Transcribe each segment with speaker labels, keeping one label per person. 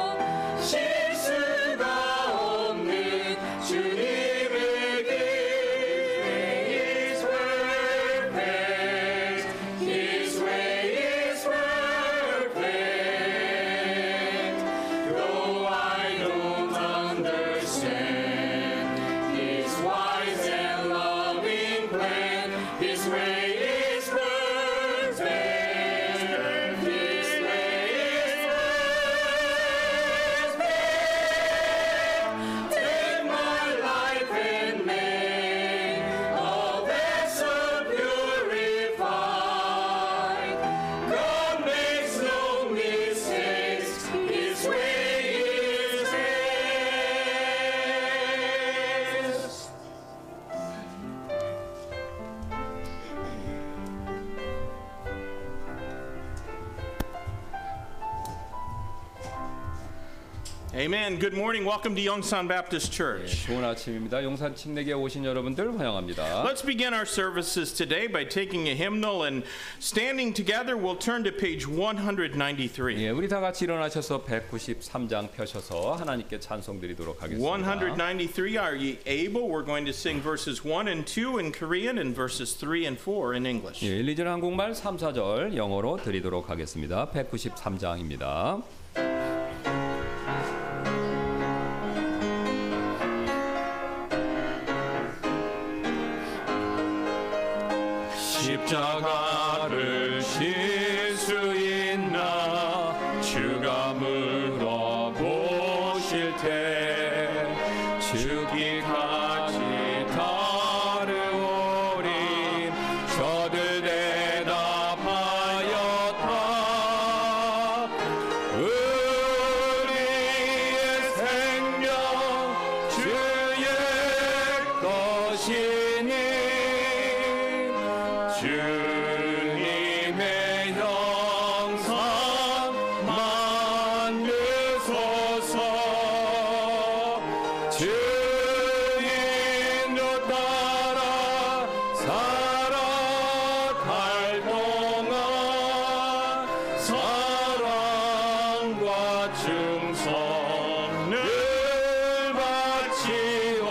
Speaker 1: 그그
Speaker 2: Amen. Good morning. Welcome to Yongsan Baptist Church.
Speaker 1: 좋은 아침입니다. 용산 침례교에 오신 여러분들 환영합니다.
Speaker 2: Let's begin our services today by taking a hymnal and standing together, we'll turn to page 193.
Speaker 1: 예, 우리 다 같이 일어나셔서 193장 펴셔서 하나님께 찬송드리도록 하겠습니다.
Speaker 2: 193 Are Ye Able? We're going to sing verses 1 and 2 in Korean and verses 3 and 4 in English.
Speaker 1: 예, 1, 2절 한국말 3, 4절 영어로 드리도록 하겠습니다. 193장입니다. 십자가를 실 수 있나 주가 물어보실 때 주기까지 다르오리 저들 대답하였다 우리의 생명 주의 것이니 주님의 형상 만드소서 주인도 따라 살아갈 동안 사랑과 충성을 바치오리라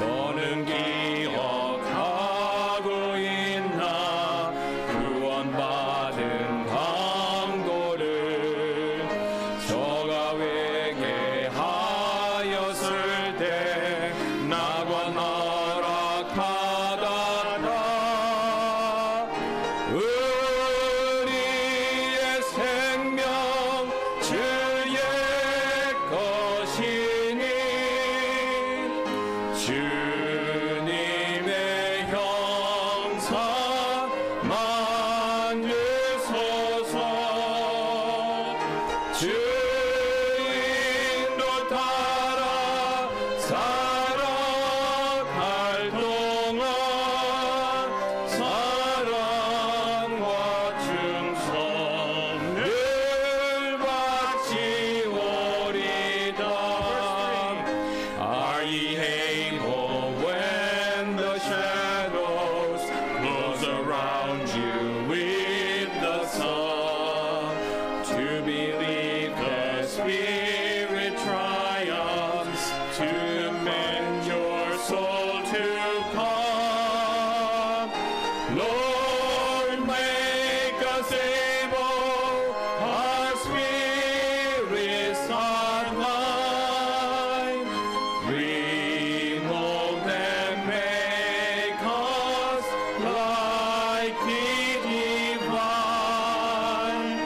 Speaker 1: 너는 기억하고 있나 구원받은 강도를 저가 회개하였을 때 나과 나라 받았다 우리의 생명 주의 것이니 주님의 형상만 위소서 주인도 따라 살아갈 동안 사랑과 충성을 바치오리다 Are ye able when the shadows close around you with the sun to believe the Spirit triumphs to mend your soul to come? Lord, make us able, our spirits online. Remold and make us like the divine.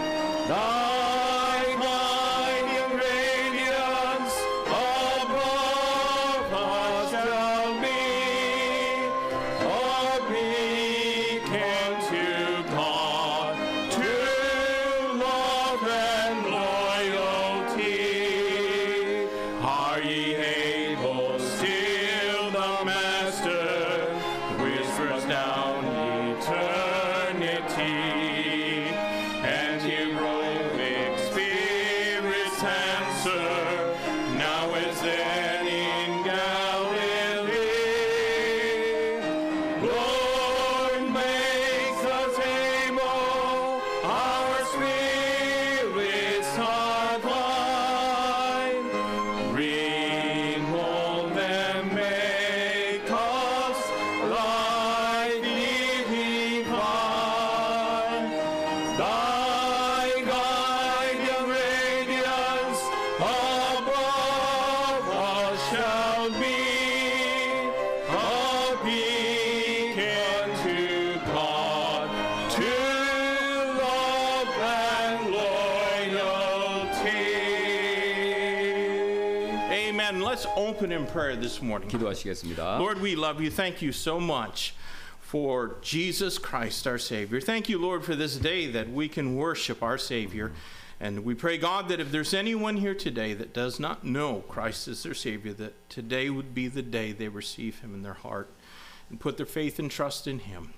Speaker 1: Thy mighty radiance above us shall be a beacon to God, to love and loyalty. Are ye able still the Master whispers down eternity? And heroic spirits answer, now as then in Galilee. Lord, makes us able, our spirits are blind. Remold and make us like the divine. Thy guiding radiance above us shall be a beacon to God, to love and loyalty.
Speaker 2: Amen. Let's open in prayer this morning.
Speaker 1: 기도하시겠습니다.
Speaker 2: Lord, we love you. Thank you so much for Jesus Christ, our Savior. Thank you, Lord, for this day that we can worship our Savior. And we pray, God, that if there's anyone here today that does not know Christ as their Savior, that today would be the day they receive Him in their heart and put their faith and trust in Him.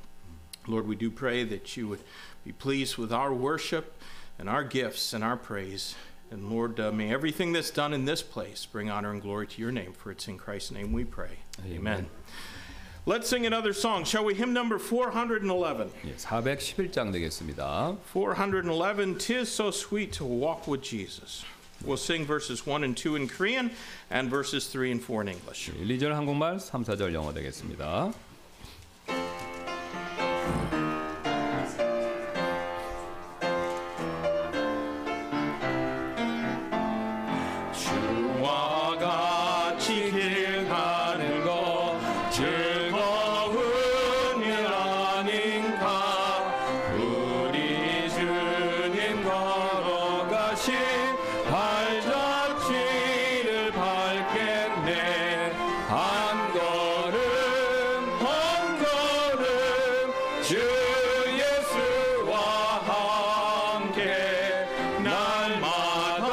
Speaker 2: Lord, we do pray that you would be pleased with our worship,
Speaker 1: and our gifts and our praise. And Lord, uh, may everything that's done in this place bring honor and glory to your name, for it's in Christ's name we pray.
Speaker 3: Amen.
Speaker 1: Amen. Let's sing another song, shall we? Hymn number 411.
Speaker 3: 예, 411장 되겠습니다.
Speaker 1: 411 Tis So Sweet to Walk with Jesus. We'll sing verses 1 and 2 in Korean and verses 3 and 4 in English.
Speaker 3: 1, 2절 한국말, 3, 4절 영어 되겠습니다.
Speaker 1: 주와 같이 길 가는 것 즐거운 일 아닌가 우리 주님 걸어가신 발자취를 밟겠네 한 걸음 한 걸음 주 예수와 함께 날마다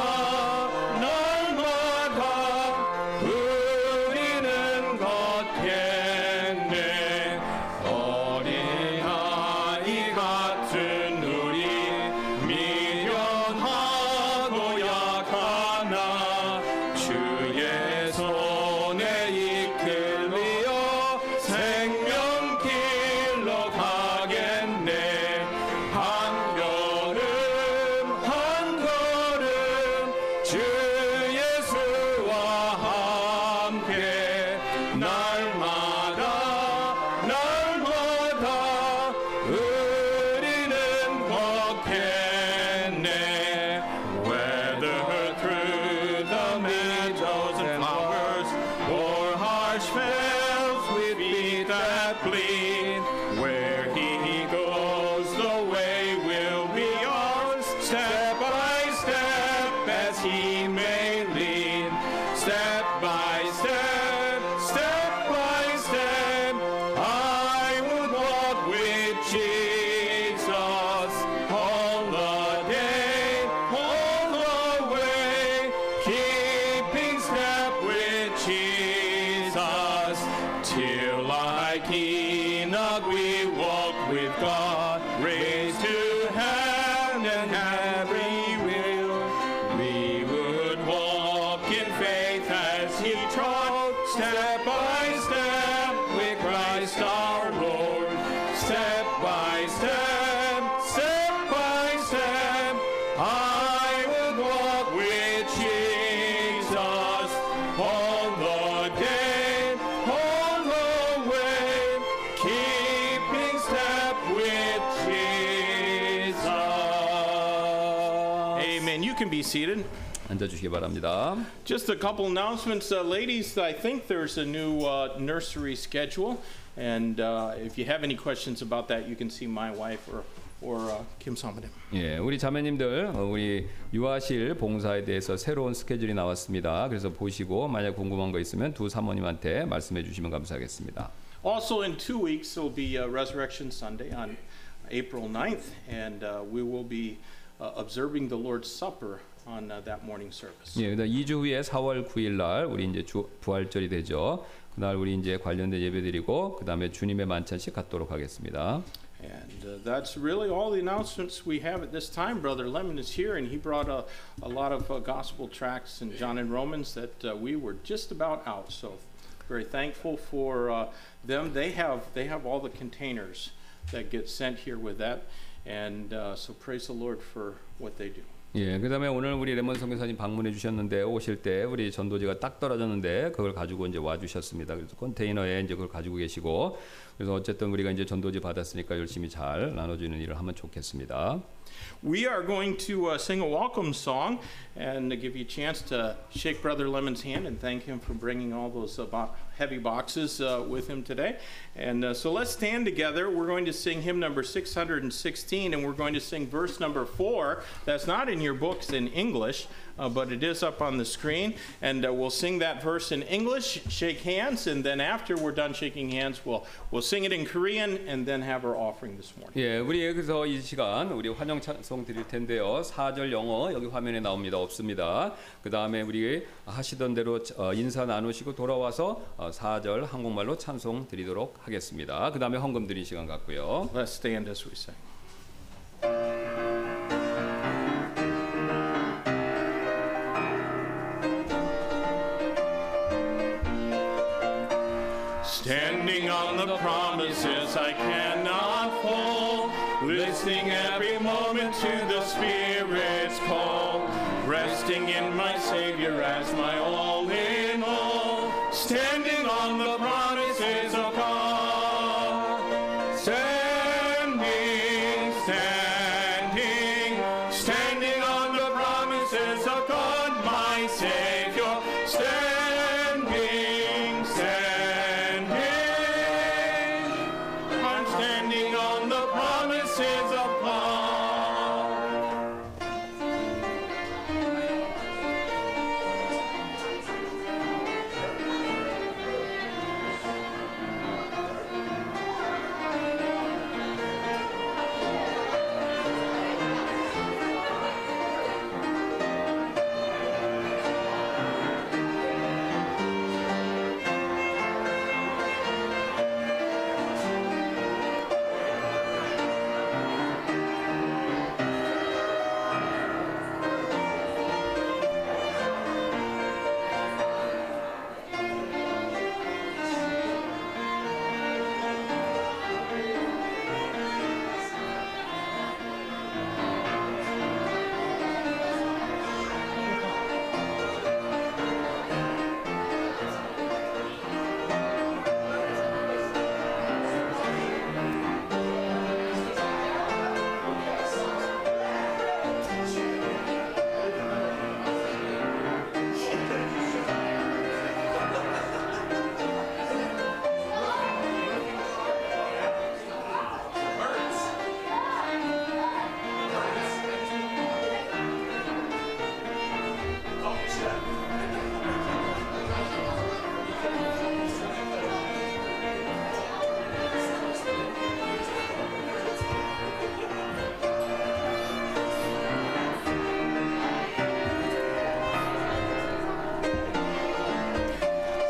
Speaker 1: 날마다 우리는 걷겠네 어린아이 같은 우리 미련하고 약하나 주의 손에 이끌리어 생명길로 가겠네 한 걸음 한 걸음 주 예수와 함께 날마다 날마다 우리는 걷겠네 whether through the meadows and flowers or harsh fields with feet that bleed where he goes the way will be ours step by step as he may lead step by step step by step I will walk with Jesus all the day all the way keeping step with Jesus till like Enoch we walk with God raised to heaven and every will we would walk in faith as he trod step by step with Christ our Lord step by step step by step I will walk with Jesus all the day all the way keeping step with Jesus Amen you can be seated
Speaker 3: 앉아 주시기 바랍니다.
Speaker 1: just a couple announcements, uh, ladies. I think there's a new uh, nursery schedule, and uh, if you have any questions about that, you can see my wife or or uh, Kim Samadim.
Speaker 3: 예, 우리 자매님들 어, 우리 유아실 봉사에 대해서 새로운 스케줄이 나왔습니다. 그래서 보시고 만약 궁금한 거 있으면 두 사모님한테 말씀해 주시면 감사하겠습니다.
Speaker 1: Also, in two weeks, it'll be uh, Resurrection Sunday on April 9th, and uh, we will be uh, observing the Lord's Supper on uh, that morning service.
Speaker 3: 예, 그다음 2주 후에 4월 9일 날 우리 이제 주, 부활절이 되죠. 그날 우리 이제 관련된 예배드리고 그다음에 주님의 만찬식 갖도록 하겠습니다.
Speaker 1: And uh, that's really all the announcements we have at this time. Brother Lemon is here, and he brought a, a lot of uh, gospel tracts and John and Romans that uh, we were just about out. So very thankful for uh, them. They have they have all the containers that get sent here with that, and uh, so praise the Lord for what they do.
Speaker 3: 예, 그다음에 오늘 우리 레몬 선교사님 방문해 주셨는데 오실 때 우리 전도지가 딱 떨어졌는데 그걸 가지고 이제 와 주셨습니다. 그래서 컨테이너에 이제 그걸 가지고 계시고 그래서 어쨌든 우리가 이제 전도지 받았으니까 열심히 잘 나눠주는 일을 하면 좋겠습니다.
Speaker 1: We are going to uh, sing a welcome song and to give you a chance to shake Brother Lemon's hand and thank him for bringing all those uh, bo- heavy boxes uh, with him today. And uh, so let's stand together. We're going to sing hymn number 616 and we're going to sing verse number four. That's not in your books in English, uh, but it is up on the screen. And uh, we'll sing that verse in English, shake hands, and then after we're done shaking hands, we'll, we'll sing it in Korean and then have our offering this morning.
Speaker 3: 예, 우리 여기서 이 시간 우리 환영 찬송 드릴 텐데요. 4절 영어 여기 화면에 나옵니다. 없습니다. 그다음에 우리 하시던 대로 어, 인사 나누시고 돌아와서 어, 4절 한국말로 찬송 드리도록 하겠습니다. 그다음에 헌금 드린 시간 갖고요.
Speaker 1: Let's stand as we sing.
Speaker 4: 주여
Speaker 2: Standing on the promises I cannot fall, listening every moment to the Spirit's call, resting in my Savior as my all in all, standing on the promises of God. Standing, standing, standing on the promises of God, my Savior. Standing, standing. I'm standing on the promises of God.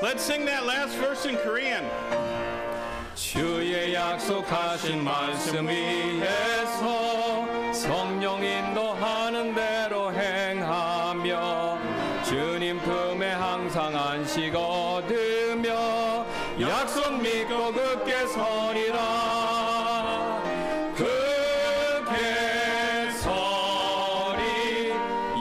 Speaker 2: Let's sing that last verse in Korean. 주의 약속하신 말씀 위에서 성령 인도하는 대로 행하며 주님 품에 항상 안식 얻으며 약속 믿고 굳게 서리라 굳게 서리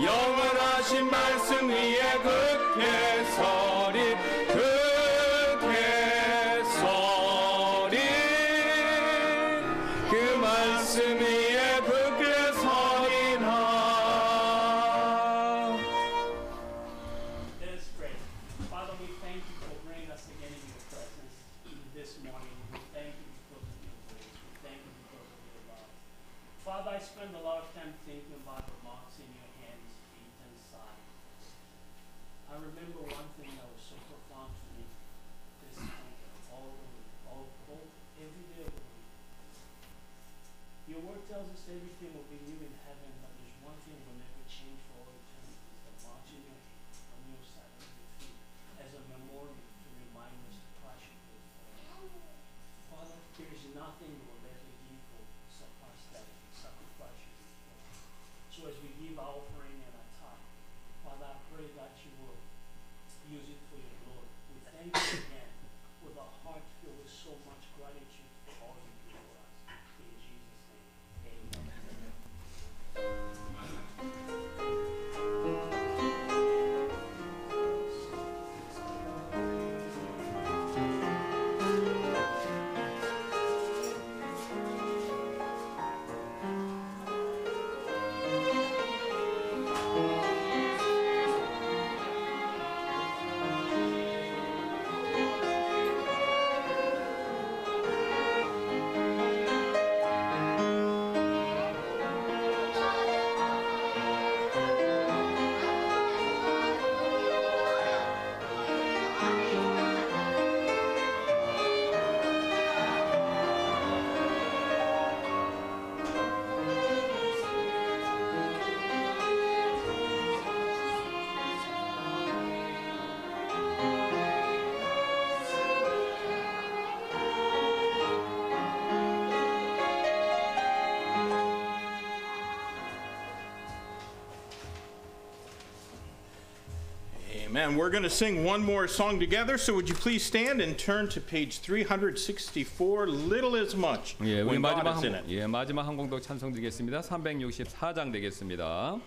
Speaker 2: 영원하신 말씀 위에 굳게 서리 굳게 서리 그 말씀 위에 굳게 서리라
Speaker 5: That is great. Father, we thank you for bringing us again into your presence this morning. We thank you because of your grace. We thank you because of your love. Father, I spend a lot of time thinking about the marks in your hands, feet, and side. I remember one thing that was so profound to me this week, all week, all, all, every day of the week. Your word tells us everything will be new in heaven, but there's one thing will never change for all eternity, the marks in your on your side of your feet as a memorial to remind us to crush your faith for us. Father, there is nothing you will ever give or surpass that sacrifice you did for us. So as we give our offering and our time, Father, I pray that you will use it for your glory. We thank you again with a heart filled with so much gratitude for all you do for us. In Jesus' name, amen.
Speaker 6: 주의
Speaker 2: Amen. We're going to sing one more song together. So would you please stand and turn to page 364, Little is Much,
Speaker 1: 예, 우리
Speaker 2: when God
Speaker 1: 마지막
Speaker 2: is in it.
Speaker 1: 한, 예, 마지막 항공도 찬송 드리겠습니다. 364장 되겠습니다.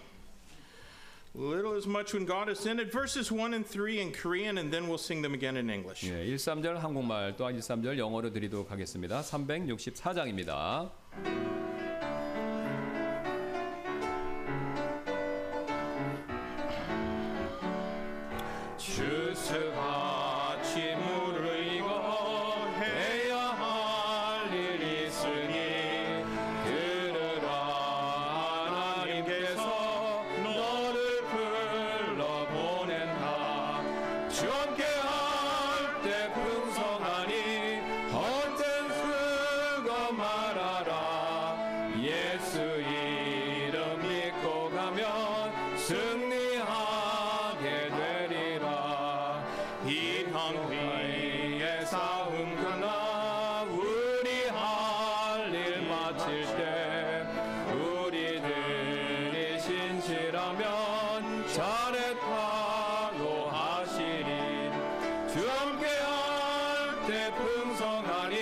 Speaker 2: Little is Much when God is in it. Verses 1 and 3 in Korean, and then we'll sing them again in English.
Speaker 1: 예, 13절 한국말 또한 13절 영어로 드리도록 하겠습니다. 364장입니다. 주스같이 무르이고 해야 할 일이 있으니 들으라 하나님께서 너를 불러 보낸다 주 함께 할때 풍성하니 언젠 수가 말하라 예수 이름 믿고 가면 승리하게 되리라 이 항위의 싸움 끝나 우리 할 일 마칠 때 우리들이 신실하면 잘했다고 하시리 주 함께 할 때 풍성하니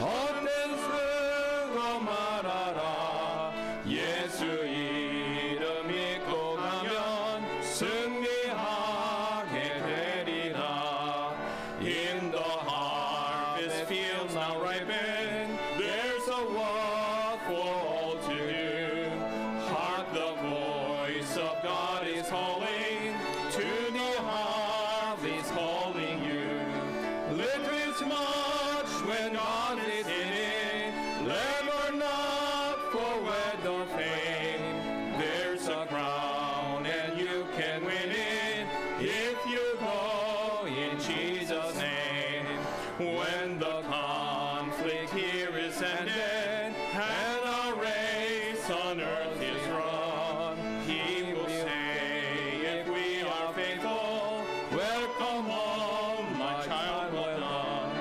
Speaker 1: 헛된 수고 말하라 예수 이름 믿고 가면 승리하게 되리라 In the harvest fields now ripen There's a work for all to do Hark the voice of God is calling To the harvest calling you Little is much when God is in it Labor not for wealth or fame There's a crown and you can win it If you go in Jesus' name When the conflict here is ended And our race on earth is run He will say if we are faithful Welcome home my child well done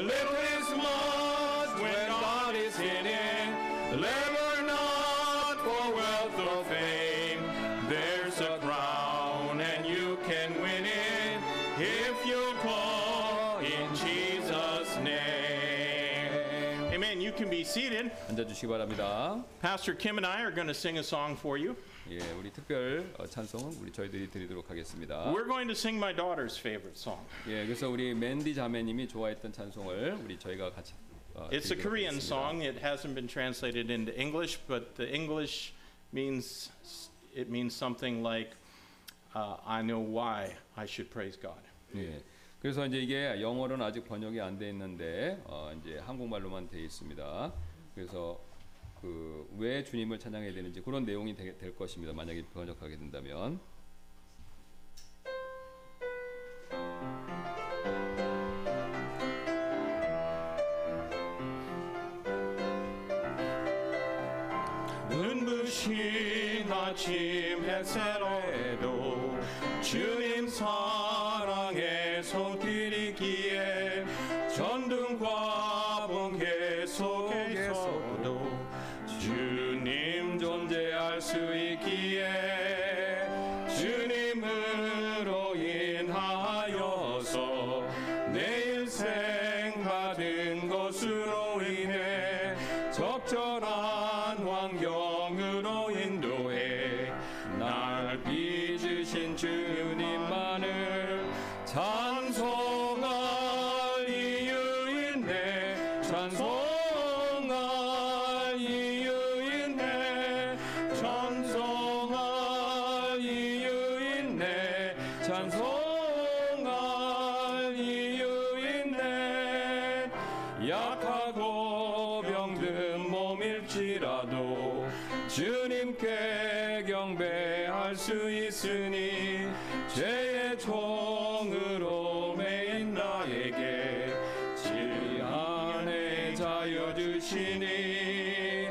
Speaker 1: A little is much when God is in it Labor not for wealth or fame There's a crown and you can win it If you call in Jesus' name Amen. You can be seated. 앉아주시기 바랍니다.
Speaker 2: Pastor Kim and I are going to sing a song for you.
Speaker 1: 예, 우리 특별 어, 찬송은 우리 저희들이 드리도록 하겠습니다.
Speaker 2: We're going to sing my daughter's favorite song.
Speaker 1: 예, 그래서 우리 맨디 자매님이 좋아했던 찬송을 우리 저희가 같이 어,
Speaker 2: It's a
Speaker 1: 드리도록
Speaker 2: Korean
Speaker 1: 하겠습니다.
Speaker 2: song. It hasn't been translated into English, but the English means it means something like uh, I know why I should praise God.
Speaker 1: 예. 그래서 이제 이게 영어로는 아직 번역이 안 돼 있는데 어, 이제 한국말로만 돼 있습니다. 그래서 그 왜 주님을 찬양해야 되는지 그런 내용이 되, 될 것입니다. 만약에 번역하게 된다면.
Speaker 2: 눈부신 아침 햇살에도 주님 사랑의 손길이기에 전등과 번개 속에서도 주님 존재할 수 있기에 주님으로 인하여서 내 인생 받은 것으로 인해 적절한 환경으로 인도해 날 빚으신 주님만을 찬송할 이유인데 찬송할 이유인데 찬송할 이유인데 찬송할 이유인데 약하고 병든 몸일지라도 주님께 경배할 수 있으니 죄의 종으로 매인 나에게 진리 안에 자유 주시니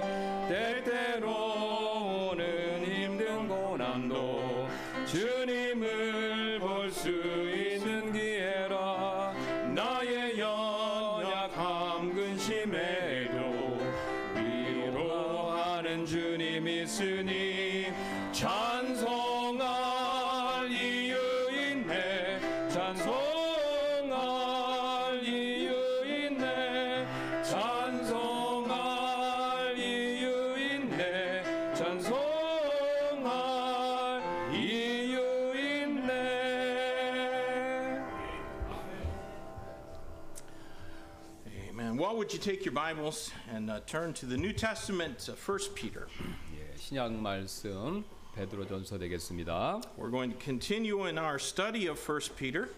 Speaker 2: 때때로 오는 힘든 고난도 주님을 볼 수 있는 기회라 나의 연약함 근심에도 위로하는 주님 있으니 찬송할 이유인 내
Speaker 3: 이유 있네
Speaker 2: Amen. Well, would you take your Bibles and uh, turn to the New Testament, uh, 1 Peter?
Speaker 3: 예, 신약 말씀 베드로전서 되겠습니다.
Speaker 2: We're going to continue in our study of 1 Peter.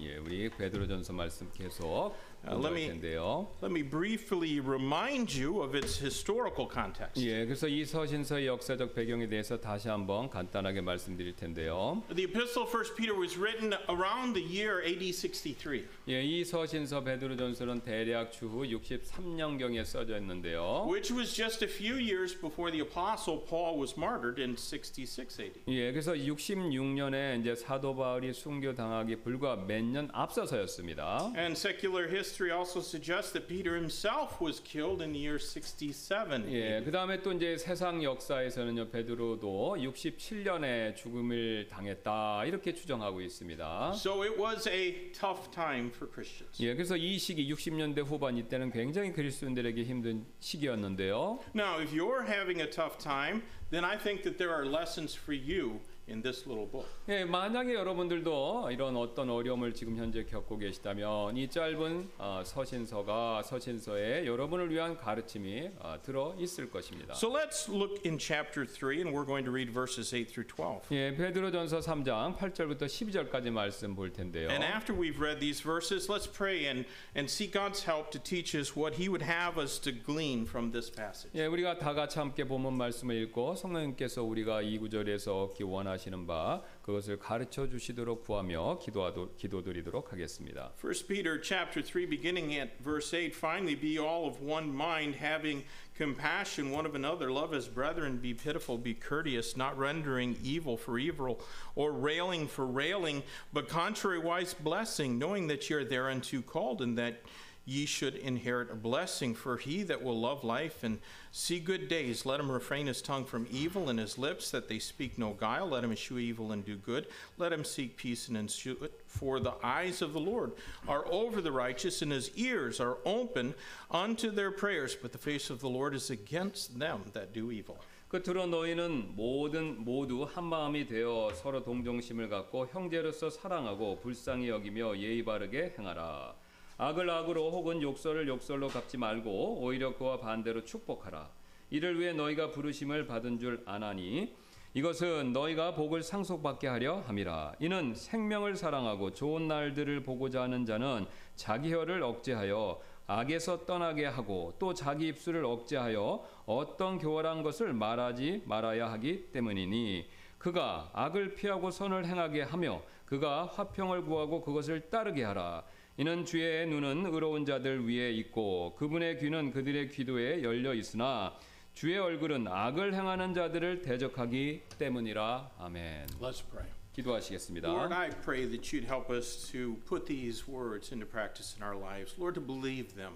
Speaker 3: 예, 우리 베드로전서 말씀 계속
Speaker 2: 아, let
Speaker 3: 공부할
Speaker 2: me-
Speaker 3: 텐데요.
Speaker 2: Let me briefly remind you of its historical context.
Speaker 3: 예, 그래서 이 서신서의 역사적 배경에 대해서 다시 한번 간단하게 말씀드릴 텐데요.
Speaker 2: The epistle of 1 Peter was written around the year AD 63.
Speaker 3: 예, 이 서신서 베드로전서는 대략 추후 63년경에 써졌는데요.
Speaker 2: which was just a few years before the apostle Paul was martyred in 66 AD.
Speaker 3: 예, 그래서 66년에 이제 사도 바울이 순교당하기 불과 몇 년 앞서서였습니다.
Speaker 2: And secular history also suggests that Peter himself was killed in the year 67.
Speaker 3: 예, 그 다음에 또 이제 세상 역사에서는요 베드로도 67년에 죽음을 당했다 이렇게 추정하고 있습니다.
Speaker 2: So it was a tough time for Christians.
Speaker 3: 예, 그래서 이 시기 60년대 후반 이때는 굉장히 그리스도인들에게 힘든 시기였는데요.
Speaker 2: Now, if you're having a tough time, then I think that there are lessons for you in this little book.
Speaker 3: 예, 만약에 여러분들도 이런 어떤 어려움을 지금 현재 겪고 계시다면 이 짧은 어, 서신서가 서신서에 여러분을 위한 가르침이 어, 들어 있을 것입니다.
Speaker 2: So let's look in chapter 3, and we're going to read verses 8 through 12.
Speaker 3: 예, 베드로전서 3장 8절부터 12절까지 말씀 볼 텐데요.
Speaker 2: And after we've read these verses, let's pray and, and seek God's help to teach us what He would have us to glean from this passage.
Speaker 3: 예, 우리가 다 같이 함께 본문 말씀을 읽고 성령님께서 우리가 이 구절에서 얻기 원하시는 바 그것을 가르쳐 주시도록 구하며 기도하도, 기도드리도록 하겠습니다.
Speaker 2: 1 Peter chapter 3 beginning at verse 8 finally be all of one mind having compassion one of another love as brethren be pitiful be courteous not rendering evil for evil or railing for railing but contrariwise blessing knowing that ye are thereunto called and that ye should inherit a blessing for he that will love life and see good days let him refrain his tongue from evil and his lips that they speak no guile let him eschew evil and do good let him seek peace and eschew it for the eyes of the lord are over the righteous and his ears are open unto their prayers but the face of the lord is against them that do evil
Speaker 3: 끝으로 너희는 모든 모두 한 마음이 되어 서로 동정심을 갖고 형제로서 사랑하고 불쌍히 여기며 예의 바르게 행하라. 악을 악으로 혹은 욕설을 욕설로 갚지 말고 오히려 그와 반대로 축복하라. 이를 위해 너희가 부르심을 받은 줄 아나니 이것은 너희가 복을 상속받게 하려 함이라. 이는 생명을 사랑하고 좋은 날들을 보고자 하는 자는 자기 혀를 억제하여 악에서 떠나게 하고 또 자기 입술을 억제하여 어떤 교활한 것을 말하지 말아야 하기 때문이니 그가 악을 피하고 선을 행하게 하며 그가 화평을 구하고 그것을 따르게 하라. 이는 주의 눈은 의로운 자들 위에 있고 그분의 귀는 그들의 기도에 열려 있으나 주의 얼굴은 악을 행하는 자들을 대적하기 때문이라. 아멘.
Speaker 2: let's pray
Speaker 3: 기도하시겠습니다.
Speaker 2: Lord, I pray that you'd help us to put these words into practice in our lives. Lord, to believe them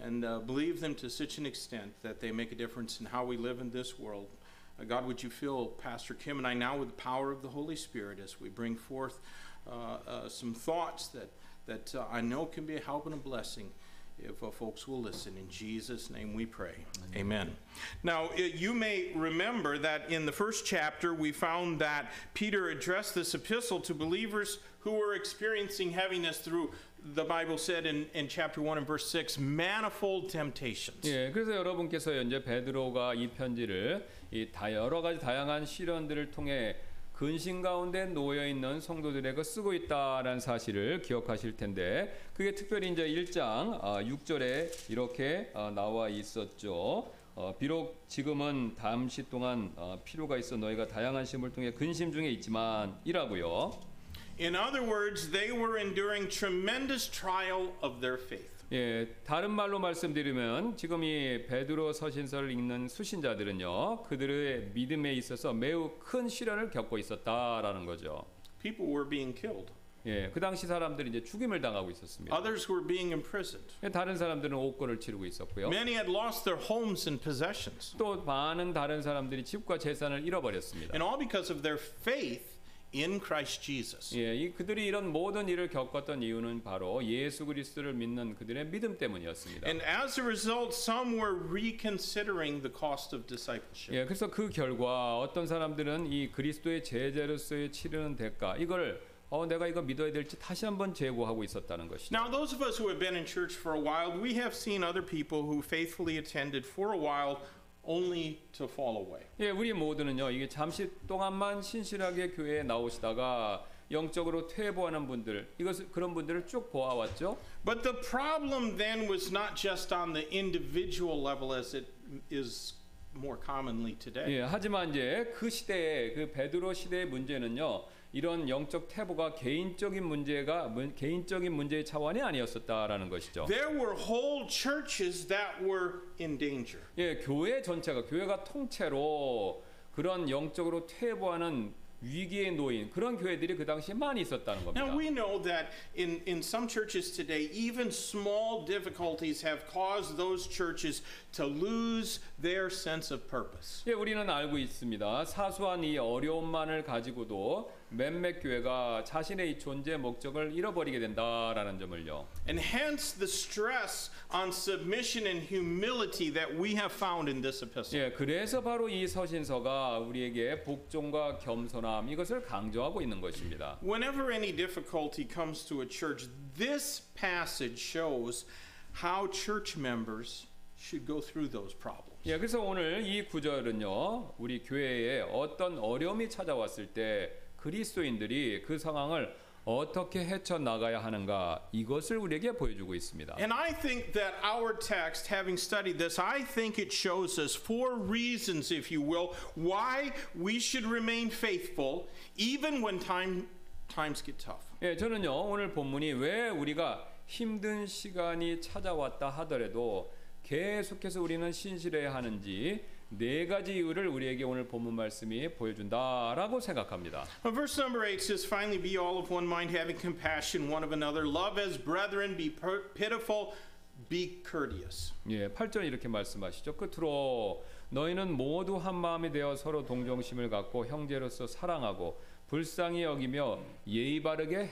Speaker 2: and uh, believe them to such an extent that they make a difference in how we live in this world. Uh, God, would you fill Pastor Kim and I now with the power of the Holy Spirit as we bring forth uh, uh, some thoughts that, that uh, I know can be a help and a blessing if uh, folks will listen. In Jesus' name we pray. Amen. Now, i- you may remember that in the first chapter, we found that Peter addressed this epistle to believers who were experiencing heaviness through, the Bible said in, in chapter 1 and verse 6, manifold temptations.
Speaker 3: 예, 그래서 여러분께서 이제 베드로가 이 편지를 이 다 여러 가지 다양한 시련들을 통해 근심 가운데 놓여 있는 성도들에게 쓰고 있다라는 사실을 기억하실 텐데 그게 특별히 이제 1장 아, 6절에 이렇게 어, 나와 있었죠. 어, 비록 지금은 잠시 동안 어, 필요가 있어 너희가 다양한 시험을 통해 근심 중에 있지만이라고요.
Speaker 2: In other words, they were enduring tremendous trial of their faith.
Speaker 3: 예, 다른 말로 말씀드리면 지금 이 베드로 서신서를 읽는 수신자들은요 그들의 믿음에 있어서 매우 큰 시련을 겪고 있었다라는 거죠.
Speaker 2: People were being killed,
Speaker 3: 예, 그 당시 사람들이 이제 죽임을 당하고 있었습니다.
Speaker 2: others were being imprisoned.
Speaker 3: 예, 다른 사람들은 옥고를 치르고 있었고요.
Speaker 2: Many had lost their homes and possessions.
Speaker 3: 또 많은 다른 사람들이 집과 재산을 잃어버렸습니다.
Speaker 2: 네. And all because of their faith in Christ Jesus.
Speaker 3: 예, 이 그들이 이런 모든 일을 겪었던 이유는 바로 예수 그리스도를 믿는 그들의 믿음 때문이었습니다.
Speaker 2: And as a result, some were reconsidering the cost of discipleship.
Speaker 3: 예, 그래서 그 결과 어떤 사람들은 이 그리스도의 제자로서의 치르는 대가 이걸 어 내가 이거 믿어야 될지 다시 한번 재고하고 있었다는 것이죠.
Speaker 2: Now, those of us who have been in church for a while, we have seen other people who faithfully attended for a while only to fall away.
Speaker 3: 예, 우리 모두는요. 이게 잠시 동안만 신실하게 교회에 나오시다가 영적으로 퇴보하는 분들, 이것을 그런 분들을 쭉 보아왔죠.
Speaker 2: But the problem then was not just on the individual level as it is more commonly today.
Speaker 3: 예, 하지만 이제 그 시대의 그 베드로 시대의 문제는요. 이런 영적 퇴보가 개인적인 문제가 문- 개인적인 문제의 차원이 아니었었다라는 것이죠.
Speaker 2: There were whole churches that were in danger.
Speaker 3: 예, 교회 전체가 교회가 통째로 그런 영적으로 퇴보하는 위기에 놓인 그런 교회들이 그 당시에 많이 있었다는
Speaker 2: Now,
Speaker 3: 겁니다.
Speaker 2: we know that in, in some churches today, even small difficulties have caused those churches to lose their sense of purpose.
Speaker 3: 예, 우리는 알고 있습니다. 사소한 이 어려움만을 가지고도 몇몇 교회가 자신의 이 존재 목적을 잃어버리게 된다라는 점을요.
Speaker 2: And hence the stress on submission and humility that we have found in this epistle.
Speaker 3: 예, 그래서 바로 이 서신서가 우리에게 복종과 겸손함 이것을 강조하고 있는 것입니다.
Speaker 2: Whenever any difficulty comes to a church, this passage shows how church members should go through those problems.
Speaker 3: 예, 그래서 오늘 이 구절은요, 우리 교회에 어떤 어려움이 찾아왔을 때 그리스도인들이 그 상황을 어떻게 헤쳐나가야 하는가 이것을 우리에게 보여주고 있습니다.
Speaker 2: And I think that our text, having studied this, I think it shows us four reasons, if you will, why we should remain faithful even when time, times get tough.
Speaker 3: 예, 저는요, 오늘 본문이 왜 우리가 힘든 시간이 찾아왔다 하더라도 계속해서 우리는 신실해야 하는지 네 가지 이유를 우리에게 오늘 본문 말씀이 보여준다라고 생각합니다.
Speaker 2: Well, verse number eight says, Finally, be all of one mind, having compassion one of another, love as brethren, be per- pitiful, be courteous.
Speaker 3: 예, 8절 이렇게 말씀하시죠. 끝으로 너희는 모두 한 마음이 되어 서로 동정심을 갖고 형제로서 사랑하고 불쌍히 여기며 예의 바르게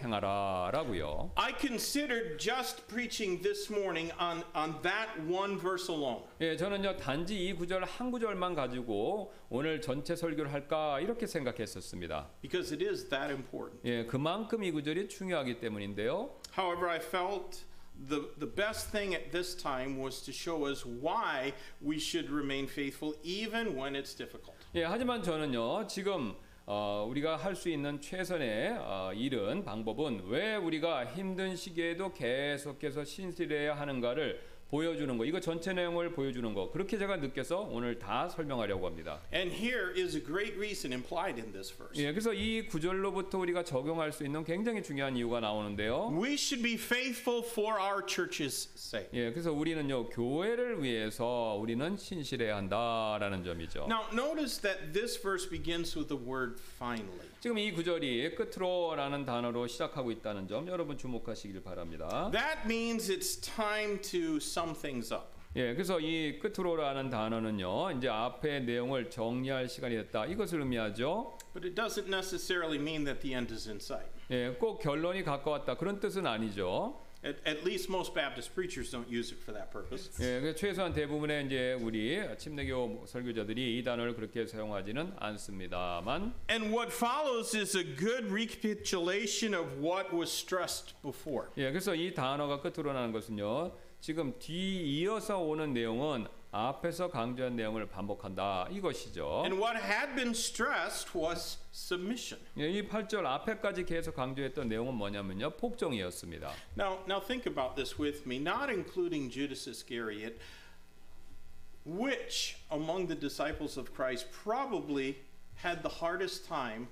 Speaker 3: 행하라라고요.
Speaker 2: I considered just preaching this morning on, on that one verse alone.
Speaker 3: 예, 저는요 단지 이 구절 한 구절만 가지고 오늘 전체 설교를 할까 이렇게 생각했었습니다.
Speaker 2: because it is that important.
Speaker 3: 예, 그만큼 이 구절이 중요하기 때문인데요.
Speaker 2: However, I felt the, the best thing at this time was to show us why we should remain faithful even when it's difficult.
Speaker 3: 예, 하지만 저는요 지금 어, 우리가 할 수 있는 최선의 어, 일은 방법은 왜 우리가 힘든 시기에도 계속해서 신실해야 하는가를 보여주는 거 이거 전체 내용을 보여주는 거 그렇게 제가 느껴서 오늘 다 설명하려고 합니다.
Speaker 2: And here is a great reason implied in this verse.
Speaker 3: 예, 그래서 이 구절로부터 우리가 적용할 수 있는 굉장히 중요한 이유가 나오는데요.
Speaker 2: We should be faithful for our church's sake.
Speaker 3: 예, 그래서 우리는요 교회를 위해서 우리는 신실해야 한다라는 점이죠.
Speaker 2: Now, notice that this verse begins with the word finally.
Speaker 3: 지금 이 구절이 끝으로라는 단어로 시작하고 있다는 점 여러분 주목하시길 바랍니다.
Speaker 2: That means it's time to sum things up.
Speaker 3: 예, 그래서 이 끝으로라는 단어는요, 이제 앞에 내용을 정리할 시간이 됐다. 이것을 의미하죠.
Speaker 2: But it doesn't necessarily mean that the end is in sight.
Speaker 3: 예, 꼭 결론이 가까웠다. 그런 뜻은 아니죠.
Speaker 2: At, at least most Baptist preachers don't use it for that purpose.
Speaker 3: 예, 그래서 최소한 대부분의 이제 우리 침례교 설교자들이 이 단어를 그렇게 사용하지는 않습니다만,
Speaker 2: And what follows is a good recapitulation of what was stressed before.
Speaker 3: 예, 그래서 이 단어가 끝으로 나는 것은요, 지금 뒤이어서 오는 내용은 앞에서 강조한 내용을 반복한다. 이것이죠.
Speaker 2: And what had been stressed was submission.
Speaker 3: 예, 이 8절 앞에까지 계속 강조했던 내용은 뭐냐면요, 복종이었습니다.
Speaker 2: Now, now think about this with me, not including Judas Iscariot, which among the disciples of Christ probably had the hardest time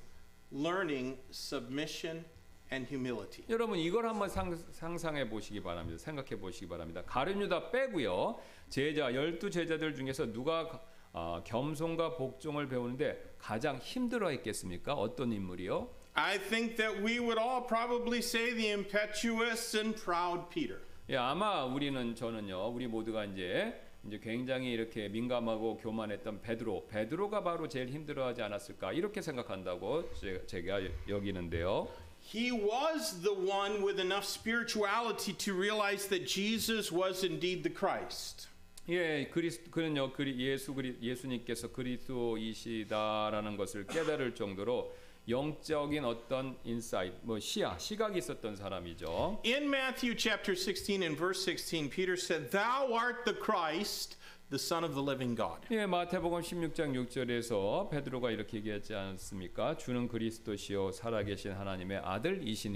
Speaker 2: learning submission and humility.
Speaker 3: 여러분 이걸 한번 상, 상상해 보시기 바랍니다. 생각해 보시기 바랍니다. 가룟유다 빼고요. 제자 열두 제자들 중에서 누가 가- 아, 겸손과 복종을 배우는데 가장 힘들어 했겠습니까? 어떤 인물이요?
Speaker 2: I think that we would all probably say the impetuous and proud Peter.
Speaker 3: 예, 아마 우리는 저는요. 우리 모두가 이제 이제 굉장히 이렇게 민감하고 교만했던 베드로, 베드로가 바로 제일 힘들어하지 않았을까 이렇게 생각한다고 제- 제가 여기는데요.
Speaker 2: He was the one with enough spirituality to realize that Jesus was indeed the Christ.
Speaker 3: 예, 그리스 그는요, 그리 예수 그리 예수님께서 그리스도이시다라는 것을 깨달을 정도로 영적인 어떤 인사이트, 뭐 시야, 시각이 있었던 사람이죠.
Speaker 2: In Matthew chapter 16 and verse 16, Peter said, Thou art the Christ, the Son of the living God.
Speaker 3: 예, 마태복음 16장 6절에서 베드로가 이렇게 얘기하지 않습니까? 주는 그리스도시요 살아계신 하나님의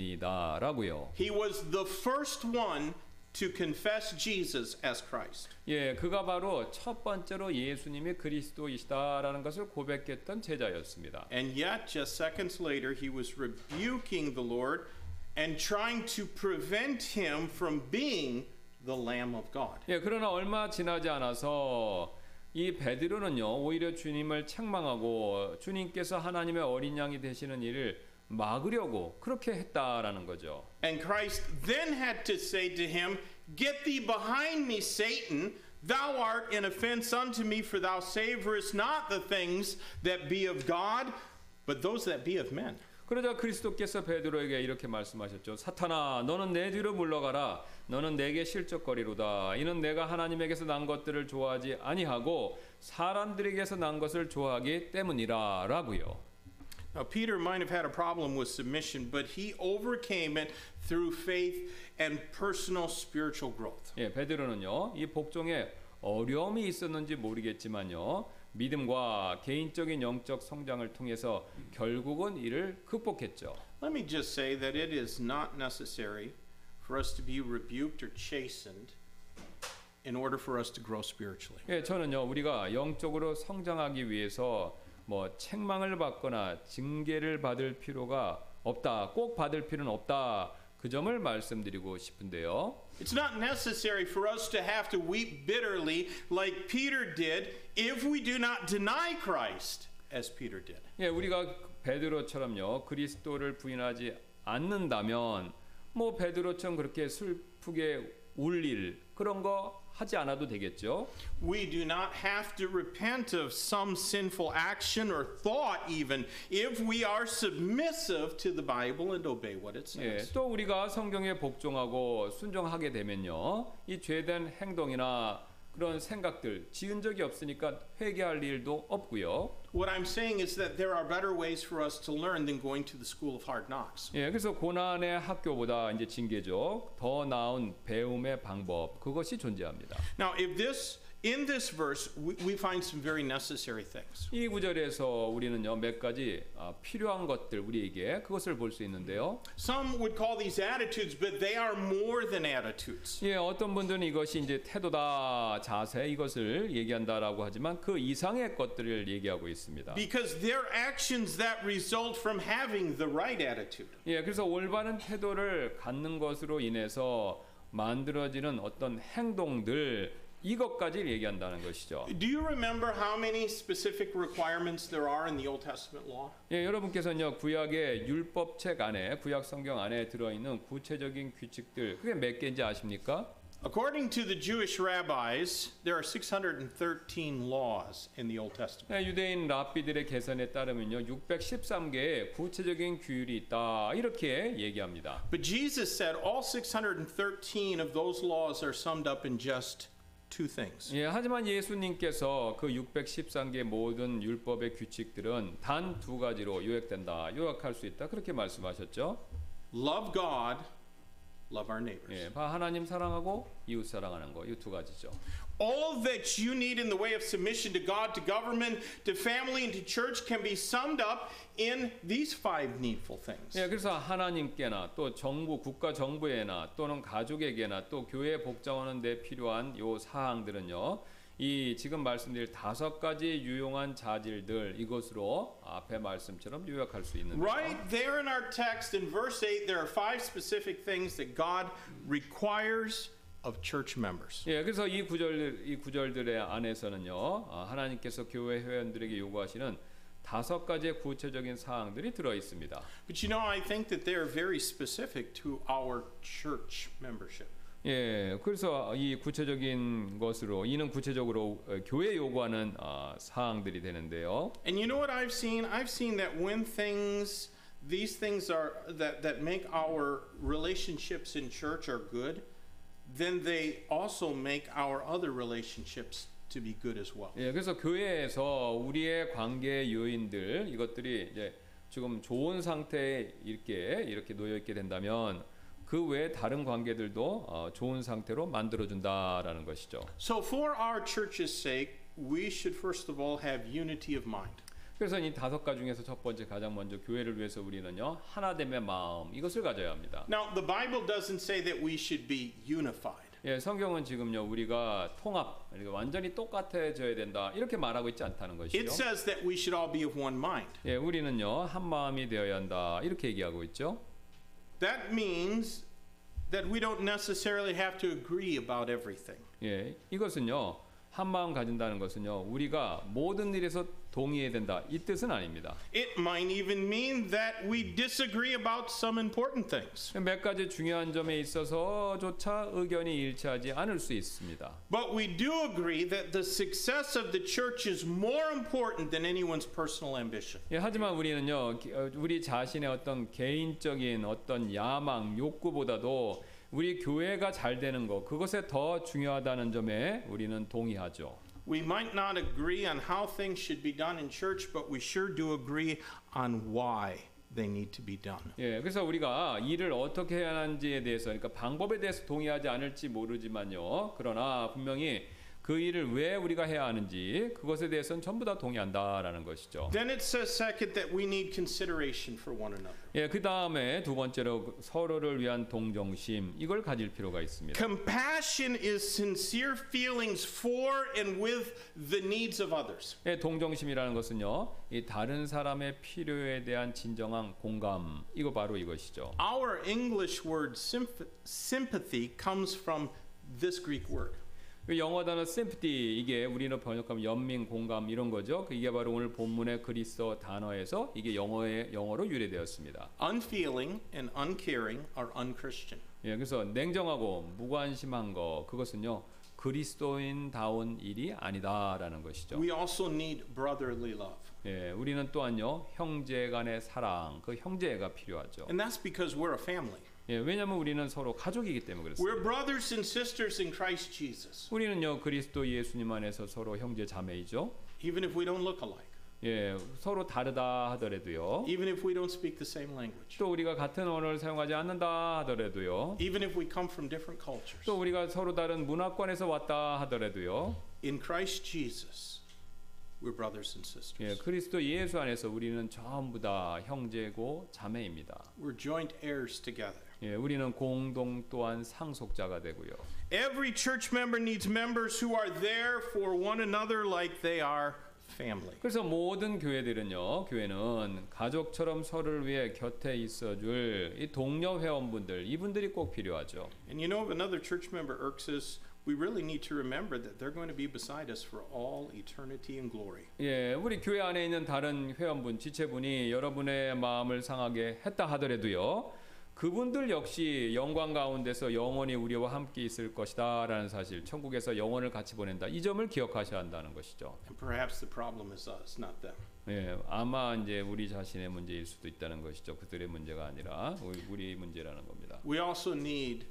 Speaker 3: 아들이시니이다라고요.
Speaker 2: He was the first one to confess Jesus as Christ.
Speaker 3: 예, 그가 바로 첫 번째로 예수님이 그리스도이시다라는 것을 고백했던 제자였습니다.
Speaker 2: And yet, just seconds later, he was rebuking the Lord and trying to prevent him from being the Lamb of God.
Speaker 3: 예, 그러나 얼마 지나지 않아서 이 베드로는요 오히려 주님을 책망하고 주님께서 하나님의 어린 양이 되시는 일을 막으려고 그렇게 했다라는 거죠.
Speaker 2: And Christ then had to say to him, Get thee behind me, Satan. Thou art an offense unto me, for thou savorest not the things that be of God, but those that be of men.
Speaker 3: 그러자 그리스도께서 베드로에게 이렇게 말씀하셨죠. 사탄아, 너는 내 뒤로 물러가라. 너는 내게 실적거리로다. 이는 내가 하나님에게서 난 것들을 좋아하지 아니하고 사람들에게서 난 것을 좋아하기 때문이라라고요.
Speaker 2: Now, Peter might have had a problem with submission, but he overcame it through faith and personal spiritual growth.
Speaker 3: 예, 베드로는요. 이 복종에 어려움이 있었는지 모르겠지만요. 믿음과 개인적인 영적 성장을 통해서 결국은 이를 극복했죠.
Speaker 2: Let me just say that it is not necessary for us to be rebuked or chastened in order for us to grow spiritually.
Speaker 3: 예, 저는요. 우리가 영적으로 성장하기 위해서 뭐 책망을 받거나 징계를 받을 필요가 없다. 꼭 받을 필요는 없다. 그 점을 말씀드리고 싶은데요.
Speaker 2: It's not necessary for us to have to weep bitterly like Peter did if we do not deny Christ as Peter did.
Speaker 3: 예, 우리가 베드로처럼요 그리스도를 부인하지 않는다면 뭐 베드로처럼 그렇게 슬프게 울릴 그런 거 하지 않아도 되겠죠.
Speaker 2: We do not have to repent of some sinful action or thought, even if we are submissive to the Bible and obey what it
Speaker 3: 예,
Speaker 2: says.
Speaker 3: 또 우리가 성경에 복종하고 순종하게 되면요 이 죄된 행동이나 그런 생각들 지은 적이 없으니까 회개할 일도 없고요.
Speaker 2: What I'm saying is that there are better ways for us to learn than going to the school of hard knocks.
Speaker 3: 예, 그래서 고난의 학교보다 이제 징계죠 더 나은 배움의 방법 그것이 존재합니다.
Speaker 2: Now, if this in this verse, we, we find some very necessary things.
Speaker 3: 이 구절에서 우리는요 몇 가지 아, 필요한 것들 우리에게 그것을 볼 수 있는데요.
Speaker 2: Some would call these attitudes, but they are more than attitudes.
Speaker 3: 예, 어떤 분들은 이것이 이제 태도다, 자세 이것을 얘기한다라고 하지만 그 이상의 것들을 얘기하고 있습니다.
Speaker 2: Because they're actions that result from having the right attitude.
Speaker 3: 예, 그래서 올바른 태도를 갖는 것으로 인해서 만들어지는 어떤 행동들 이것까지 얘기한다는 것이죠.
Speaker 2: Do you remember how many specific requirements there are in the Old Testament law?
Speaker 3: 예, 여러분께서는요 구약의 율법책 안에 구약 성경 안에 들어있는 구체적인 규칙들 그게 몇 개인지 아십니까?
Speaker 2: According to the Jewish rabbis, there are 613 laws in the Old Testament.
Speaker 3: 네, 유대인 랍비들의 계산에 따르면요 613개의 구체적인 규율이 있다 이렇게 얘기합니다.
Speaker 2: But Jesus said all 613 of those laws are summed up in just two things.
Speaker 3: 예, 하지만 예수님께서 그 613개 모든 율법의 규칙들은 단 두 가지로 요약된다, 요약할 수 있다 그렇게 말씀하셨죠.
Speaker 2: Love God, love our neighbors.
Speaker 3: 예, 바- 하나님 사랑하고 이웃 사랑하는 거 이 두 가지죠.
Speaker 2: All that you need in the way of submission to God, to government, to family, and to church can be summed up in these five needful things.
Speaker 3: 예, 그래서 하나님께나 또 정부 국가 정부에나 또는 가족에게나 또 교회 복장하는 데 필요한 요 사항들은요. 이 지금 말씀드릴 다섯 가지 유용한 자질들 이것으로 앞에 말씀처럼 요약할 수 있는데요.
Speaker 2: Right there in our text in verse 8, there are five specific things that God requires of church members.
Speaker 3: 예, 그래서 이 구절 이 구절들의 안에서는요. 아, 하나님께서 교회 회원들에게 요구하시는 다섯 가지의 구체적인 사항들이 들어 있습니다.
Speaker 2: But you know, I think that they are very specific to our church membership.
Speaker 3: 예, 그래서 이 구체적인 것으로 이는 구체적으로 어, 교회 요구하는 아, 사항들이 되는데요.
Speaker 2: And you know what I've seen? I've seen that when things, these things are, that, that make our relationships in church are good, then they also make our other relationships to be good as well.
Speaker 3: 예, 그래서 교회에서 우리의 관계 요인들 이것들이 이제 지금 좋은 상태에 이렇게 이렇게 놓여 있게 된다면 그 외에 다른 관계들도 어, 좋은 상태로 만들어 준다라는 것이죠.
Speaker 2: So, for our church's sake, we should first of all have unity of mind.
Speaker 3: 그래서 이 다섯 가지 중에서 첫 번째 가장 먼저 교회를 위해서 우리는요 하나됨의 마음 이것을 가져야 합니다.
Speaker 2: Now, the Bible doesn't say that we should be unified.
Speaker 3: 예, 성경은 지금요 우리가 통합, 그러니까 완전히 똑같아져야 된다 이렇게 말하고 있지 않다는 것이죠.
Speaker 2: It says that we should all be of one mind.
Speaker 3: 예, 우리는요 한 마음이 되어야 한다 이렇게 얘기하고 있죠.
Speaker 2: That means that we don't necessarily have to agree about everything.
Speaker 3: 예, 이것은요 한 마음 가진다는 것은요 우리가 모든 일에서 동의해야 된다 이 뜻은 아닙니다.
Speaker 2: It might even mean that we disagree about some important things,
Speaker 3: 몇 가지 중요한 점에 있어서조차 의견이 일치하지 않을 수 있습니다.
Speaker 2: but we do agree that the success of the church is more important than anyone's personal ambition.
Speaker 3: 예, 하지만 우리는요, 기- 어, 우리 자신의 어떤 개인적인 어떤 야망, 욕구보다도 우리 교회가 잘 되는 것, 그것에 더 중요하다는 점에 우리는 동의하죠.
Speaker 2: We might not agree on how things should be done in church, but we sure do agree on why they need to be done.
Speaker 3: 예, 그래서 우리가 일을 어떻게 해야 하는지에 대해서, 그러니까 방법에 대해서 동의하지 않을지 모르지만요. 그러나 분명히 그 일을 왜 우리가 해야 하는지 그것에 대해서는 전부 다 동의한다라는 것이죠.
Speaker 2: Then it says, second, that we need consideration for one another.
Speaker 3: 예, 그 다음에 두 번째로 그 서로를 위한 동정심 이걸 가질 필요가 있습니다.
Speaker 2: Compassion is sincere feelings for and with the needs of others.
Speaker 3: 예, 동정심이라는 것은요, 이 다른 사람의 필요에 대한 진정한 공감, 이거 바로 이것이죠.
Speaker 2: Our English word symph- sympathy comes from this Greek word.
Speaker 3: 이그 영어 단어 sympathy 이게 우리는 번역하면 연민, 공감 이런 거죠. 그 이게 바로 오늘 본문의 그리스어 단어에서 이게 영어의 영어로 유래되었습니다.
Speaker 2: Unfeeling and uncaring are unchristian.
Speaker 3: 예, 그래서 냉정하고 무관심한 거 그것은요 그리스도인다운 일이 아니다라는 것이죠.
Speaker 2: We also need brotherly love.
Speaker 3: 예, 우리는 또한요 형제간의 사랑, 그 형제가 필요하죠.
Speaker 2: And that's because we're a family.
Speaker 3: 예, 왜냐하면 우리는 서로 가족이기 때문에 그렇습니다.
Speaker 2: We're brothers and sisters in Christ Jesus,
Speaker 3: 우리는요 그리스도 예수님 안에서 서로 형제 자매이죠.
Speaker 2: even if we don't look alike,
Speaker 3: 예, 서로 다르다 하더라도요.
Speaker 2: even if we don't speak the same language,
Speaker 3: 또 우리가 같은 언어를 사용하지 않는다 하더라도요.
Speaker 2: even if we come from different cultures.
Speaker 3: 또 우리가 서로 다른 문화권에서 왔다 하더라도요.
Speaker 2: In Christ Jesus, we're brothers and sisters.
Speaker 3: 예, 그리스도 예수 안에서 우리는 전부 다 형제고 자매입니다.
Speaker 2: We're joint heirs together.
Speaker 3: 예, 우리는 공동 또한 상속자가 되고요.
Speaker 2: Every church member needs members who are there for one another like they are family.
Speaker 3: 그래서 모든 교회들은요, 교회는 가족처럼 서로를 위해 곁에 있어줄 이 동료 회원분들, 이분들이 꼭 필요하죠.
Speaker 2: And you know, if another church member irks us, we really need to remember that they're going to be beside us for all eternity and glory.
Speaker 3: 예, 우리 교회 안에 있는 다른 회원분, 지체분이 여러분의 마음을 상하게 했다 하더라도요. 그분들 역시 영광 가운데서 영원히 우리와 함께 있을 것이다라는 사실, 천국에서 영원을 같이 보낸다. 이 점을 기억하셔야 한다는 것이죠.
Speaker 2: And perhaps the problem is us, not them.
Speaker 3: 예, 아마 이제 우리 자신의 문제일 수도 있다는 것이죠. 그들의 문제가 아니라 우리, 우리 문제라는 겁니다.
Speaker 2: We also need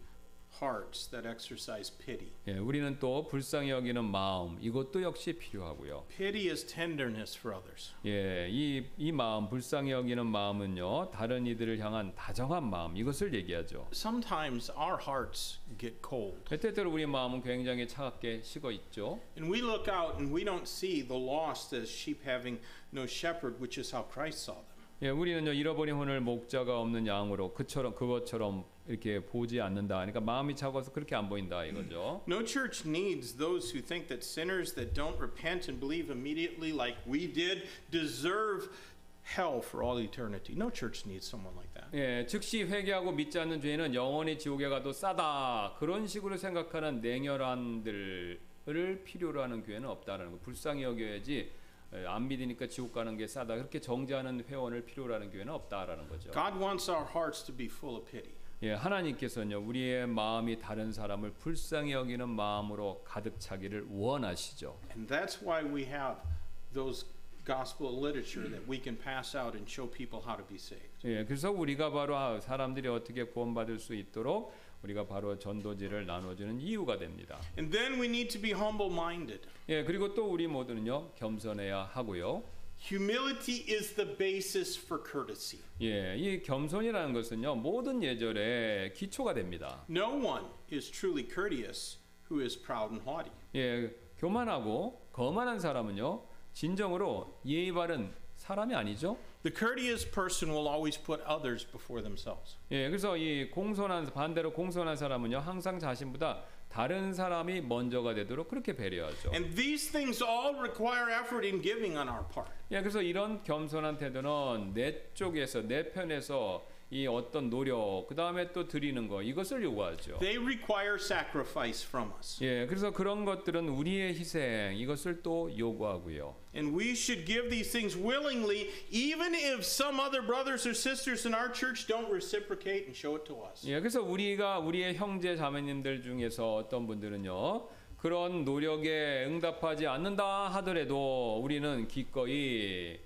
Speaker 2: hearts that exercise pity.
Speaker 3: 예, 우리는 또 불쌍히 여기는 마음, 이것도 역시 필요하고요.
Speaker 2: Pity is tenderness for others.
Speaker 3: 예, 이, 이 마음, 불쌍히 여기는 마음은요, 다른 이들을 향한 다정한 마음, 이것을 얘기하죠.
Speaker 2: Sometimes our hearts get cold,
Speaker 3: 때때로 우리 마음은 굉장히 차갑게 식어 있죠.
Speaker 2: and we look out and we don't see the lost as sheep having no shepherd, which is how Christ saw them.
Speaker 3: 예, 우리는요 잃어버린 혼을 목자가 없는 양으로 그처럼 그것처럼 이렇게 보지 않는다. 그러니까 마음이 차가워서 그렇게 안 보인다 이거죠.
Speaker 2: No church needs those who think that sinners that don't repent and believe immediately, like we did, deserve hell for all eternity. No church needs someone like that.
Speaker 3: 예, 즉시 회개하고 믿지 않는 죄인은 영원히 지옥에 가도 싸다. 그런 식으로 생각하는 냉혈한들을 필요로 하는 교회는 없다라는 거. 불쌍히 여겨야지. 예, 안 믿으니까 지옥 가는 게 싸다. 그렇게 정죄하는 회원을 필요로 하는 교회는 없다라는 거죠.
Speaker 2: God wants our hearts to be full of pity.
Speaker 3: 예, 하나님께서는요 우리의 마음이 다른 사람을 불쌍히 여기는 마음으로 가득 차기를 원하시죠.
Speaker 2: And that's why we have those gospel literature that we can pass out and show people how to be saved.
Speaker 3: 예, 그래서 우리가 바로 아, 사람들이 어떻게 구원받을 수 있도록 우리가 바로 전도지를 나눠주는 이유가 됩니다.
Speaker 2: And then we need to be humble minded.
Speaker 3: 예, 그리고 또 우리 모두는요 겸손해야 하고요.
Speaker 2: Humility is the basis for courtesy.
Speaker 3: 예, 이 겸손이라는 것은요 모든 예절의 기초가 됩니다.
Speaker 2: No one is truly courteous who is proud and haughty.
Speaker 3: 예, 교만하고 거만한 사람은요 진정으로 예의 바른 사람이 아니죠.
Speaker 2: The courteous person will always put others before themselves.
Speaker 3: 예, 그래서 이 공손한 반대로 공손한 사람은요 항상 자신보다 다른 사람이 먼저가 되도록 그렇게 배려하죠.
Speaker 2: And these things all require effort in giving on our part.
Speaker 3: 예, 그래서 이런 겸손한 태도는 내 쪽에서 내 편에서 이 어떤 노력, 그 다음에 또 드리는 거 이것을 요구하죠.
Speaker 2: They require sacrifice from us.
Speaker 3: 예, 그래서 그런 것들은 우리의 희생 이것을 또 요구하고요.
Speaker 2: And we should give these things willingly, even if some other brothers or sisters in our church don't reciprocate and show it to us.
Speaker 3: 예, 그래서 우리가 우리의 형제 자매님들 중에서 어떤 분들은요. 그런 노력에 응답하지 않는다 하더라도 우리는 기꺼이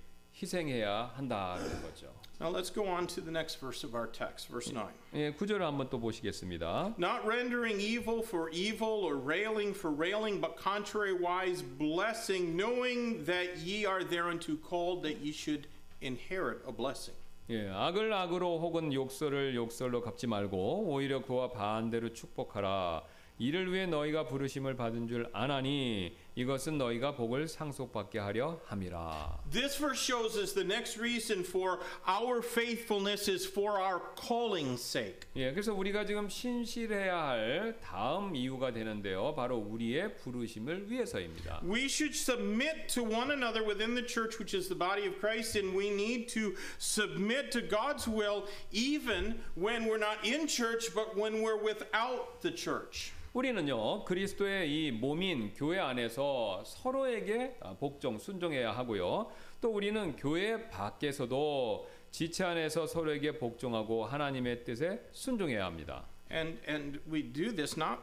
Speaker 3: 희생해야 한다는 거죠.
Speaker 2: Now let's go on to the next verse of our text, verse 9.
Speaker 3: 예, 구절을 한번 또 보시겠습니다.
Speaker 2: Not rendering evil for evil or railing for railing, but contrariwise blessing, knowing that ye are thereunto called, that ye should inherit a blessing.
Speaker 3: 예, 악을 악으로 혹은 욕설을 욕설로 갚지 말고 오히려 그와 반대로 축복하라. 이를 위해 너희가 부르심을 받은 줄 아나니 이것은 너희가 복을 상속받게 하려 함이라.
Speaker 2: This verse shows us the next reason for our faithfulness is for our calling's sake.
Speaker 3: 예, 그래서 우리가 지금 신실해야 할 다음 이유가 되는데요. 바로 우리의 부르심을 위해서입니다.
Speaker 2: We should submit to one another within the church, which is the body of Christ, and we need to submit to God's will even when we're not in church, but when we're without the church.
Speaker 3: 우리는요 그리스도의 이 몸인 교회 안에서 서로에게 복종 순종해야 하고요 또 우리는 교회 밖에서도 지체 안에서 서로에게 복종하고 하나님의 뜻에 순종해야 합니다.
Speaker 2: And, and we do this not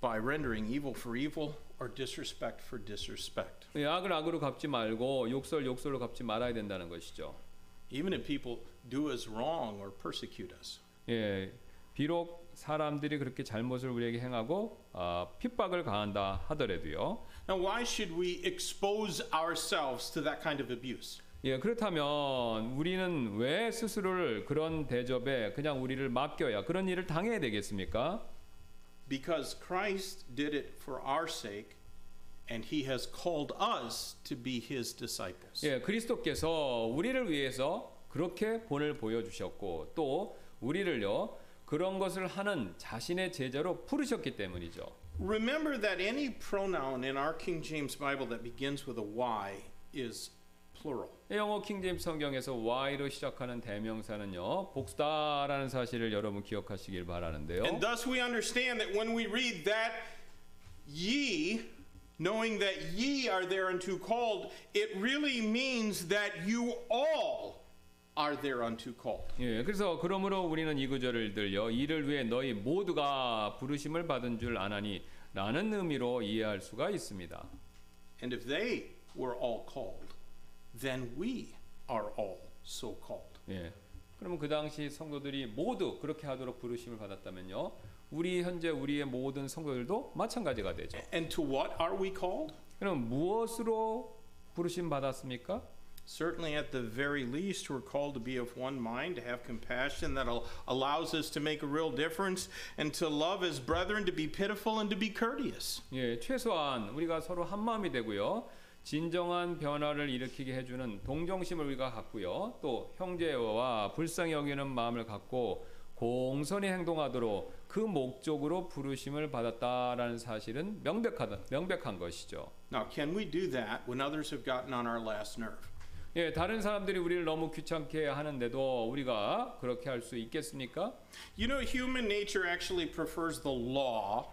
Speaker 2: by rendering evil for evil or disrespect for disrespect.
Speaker 3: 예, 악을 악으로 갚지 말고 욕설 욕설로 갚지 말아야 된다는 것이죠.
Speaker 2: Even if people do us wrong or persecute us,
Speaker 3: 예, 비록 사람들이 그렇게 잘못을 우리에게 행하고 아, 핍박을 가한다 하더라도요.
Speaker 2: Now, why should we expose ourselves to that kind of abuse?
Speaker 3: 예, 그렇다면 우리는 왜 스스로를 그런 대접에 그냥 우리를 맡겨야 그런 일을 당해야 되겠습니까?
Speaker 2: Because Christ did it for our sake, and he has called us to be his disciples.
Speaker 3: 예, 그리스도께서 우리를 위해서 그렇게 본을 보여주셨고 또 우리를요 그런 것을 하는 자신의 제자로 부르셨기 때문이죠.
Speaker 2: Remember that any pronoun in our King James Bible that begins with a Y is plural.
Speaker 3: 예, 영어 킹제임스 성경에서 Y로 시작하는 대명사는요 복수다라는 사실을 여러분 기억하시길 바라는데요.
Speaker 2: And thus we understand that when we read that ye, knowing that ye are thereunto called, it really means that you all are thereunto called.
Speaker 3: 예, 그래서 그러므로 우리는 이 구절을 들려 이를 위해 너희 모두가 부르심을 받은 줄 아나니라는 의미로 이해할 수가 있습니다.
Speaker 2: And if they were all called, then we are all so called.
Speaker 3: 예. 그러면 그 당시 성도들이 모두 그렇게 하도록 부르심을 받았다면요. 우리 현재 우리의 모든 성도들도 마찬가지가 되죠.
Speaker 2: And to what are we called?
Speaker 3: 그럼 무엇으로 부르심 받았습니까?
Speaker 2: Certainly, at the very least, we're called to be of one mind, to have compassion that al- allows us to make a real difference, and to love as brethren, to be pitiful, and to be courteous.
Speaker 3: 예, 최소한 우리가 서로 한 마음이 되고요. 진정한 변화를 일으키게 해주는 동정심을 우리가 갖고요. 또 형제와 불쌍히 여기는 마음을 갖고 공손히 행동하도록 그 목적으로 부르심을 받았다라는 사실은 명백하다, 명백한 것이죠.
Speaker 2: Now, can we do that when others have gotten on our last nerve?
Speaker 3: 예, 다른 사람들이 우리를 너무 귀찮게 하는데도 우리가 그렇게 할 수 있겠습니까?
Speaker 2: You know, human nature actually prefers the law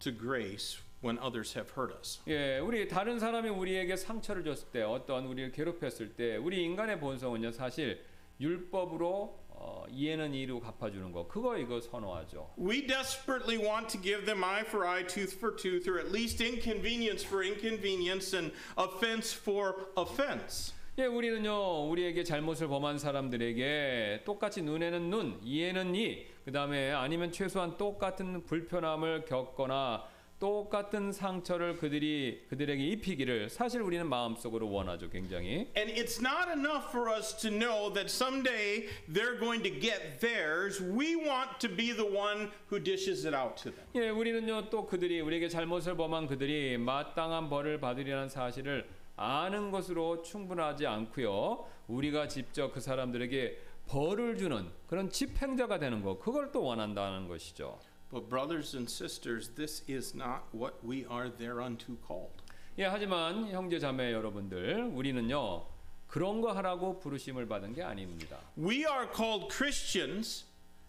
Speaker 2: to grace when others have hurt us.
Speaker 3: 예, 우리 다른 사람이 우리에게 상처를 줬을 때, 어떤 우리를 괴롭혔을 때, 우리 인간의 본성은요 사실 율법으로 어, 이에는 이로 갚아주는 거 그거 이거 선호하죠.
Speaker 2: We desperately want to give them eye for eye, tooth for tooth, or at least inconvenience for inconvenience and offense for offense.
Speaker 3: 예, 우리는요, 우리에게 잘못을 범한 사람들에게 똑같이 눈에는 눈, 이에는 이, 그 다음에 아니면 최소한 똑같은 불편함을 겪거나 똑같은 상처를 그들이, 그들에게 입히기를 사실 우리는 마음속으로 원하죠, 굉장히.
Speaker 2: And it's not enough for us to know that someday they're going to get theirs. We want to be the one who dishes it out to them.
Speaker 3: 예, 우리는요, 또 그들이, 우리에게 잘못을 범한 그들이 마땅한 벌을 받으리라는 사실을 아는 것으로 충분하지 않고요. 우리가 직접 그 사람들에게 벌을 주는 그런 집행자가 되는 것, 그걸 또 원한다는 것이죠.
Speaker 2: But, brothers and sisters, this is not what we are thereunto called.
Speaker 3: 예, 하지만 형제 자매 여러분들, 우리는요. 그런 거 하라고 부르심을 받은 게 아닙니다.
Speaker 2: We are called Christians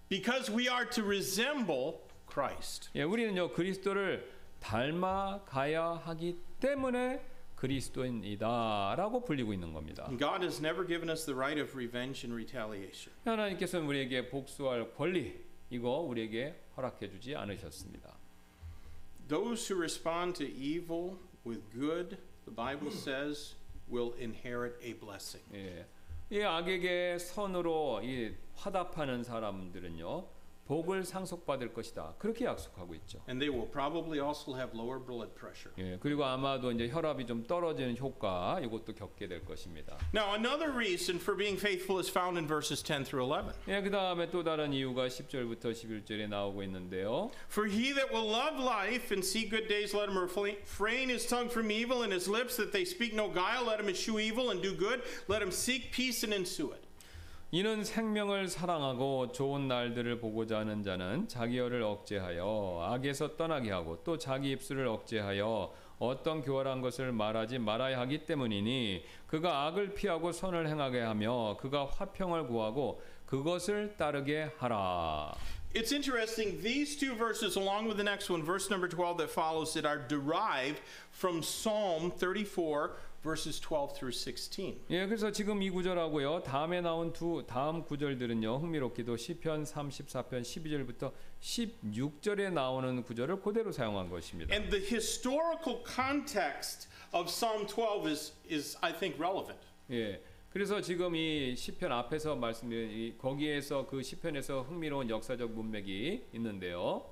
Speaker 2: because we are to resemble Christ.
Speaker 3: 예, 우리는요. 그리스도를 닮아가야 하기 때문에 그리스도인이다라고 불리고 있는 겁니다.
Speaker 2: God has never given us the right of revenge and retaliation.
Speaker 3: 하나님께서는 우리에게 복수할 권리 이거 우리에게 허락해 주지 않으셨습니다.
Speaker 2: Those who respond to evil with good, the Bible says, will inherit a blessing.
Speaker 3: 예. 이 악에게 선으로 이 화답하는 사람들은요. 복을 상속받을 것이다. 그렇게 약속하고 있죠.
Speaker 2: And they will probably also have lower blood pressure.
Speaker 3: 예, 그리고 아마도 이제 혈압이 좀 떨어지는 효과 이것도 겪게 될 것입니다.
Speaker 2: Now, another reason for being faithful is found in verses 10 through 11.
Speaker 3: 예, 그 다음에 또 다른 이유가 10절부터 11절에 나오고 있는데요.
Speaker 2: For he that will love life and see good days, let him refrain his tongue from evil and his lips that they speak no guile. Let him eschew evil and do good. Let him seek peace and ensue it.
Speaker 3: 이는 생명을 사랑하고 좋은 날들을 보고자 하는 자는 자기 혀를 억제하여 악에서 떠나게 하고 또 자기 입술을 억제하여 어떤 교활한 것을 말하지 말아야 하기 때문이니 그가 악을 피하고 선을 행하게 하며 그가 화평을 구하고 그것을 따르게 하라.
Speaker 2: It's interesting, these two verses, along with the next one, verse number 12 that follows it, are derived from Psalm 34, verses 12 through 16.
Speaker 3: 예, 그래서 지금 이 구절하고요. 다음에 나온 두 다음 구절들은요. 흥미롭게도 시편 34편 12절부터 16절에 나오는 구절을 그대로 사용한 것입니다.
Speaker 2: And the historical context of Psalm 12 is, is I think, relevant.
Speaker 3: 예. 그래서 지금 이 시편 앞에서 말씀드린 이 거기에서 그 시편에서 흥미로운 역사적 문맥이 있는데요.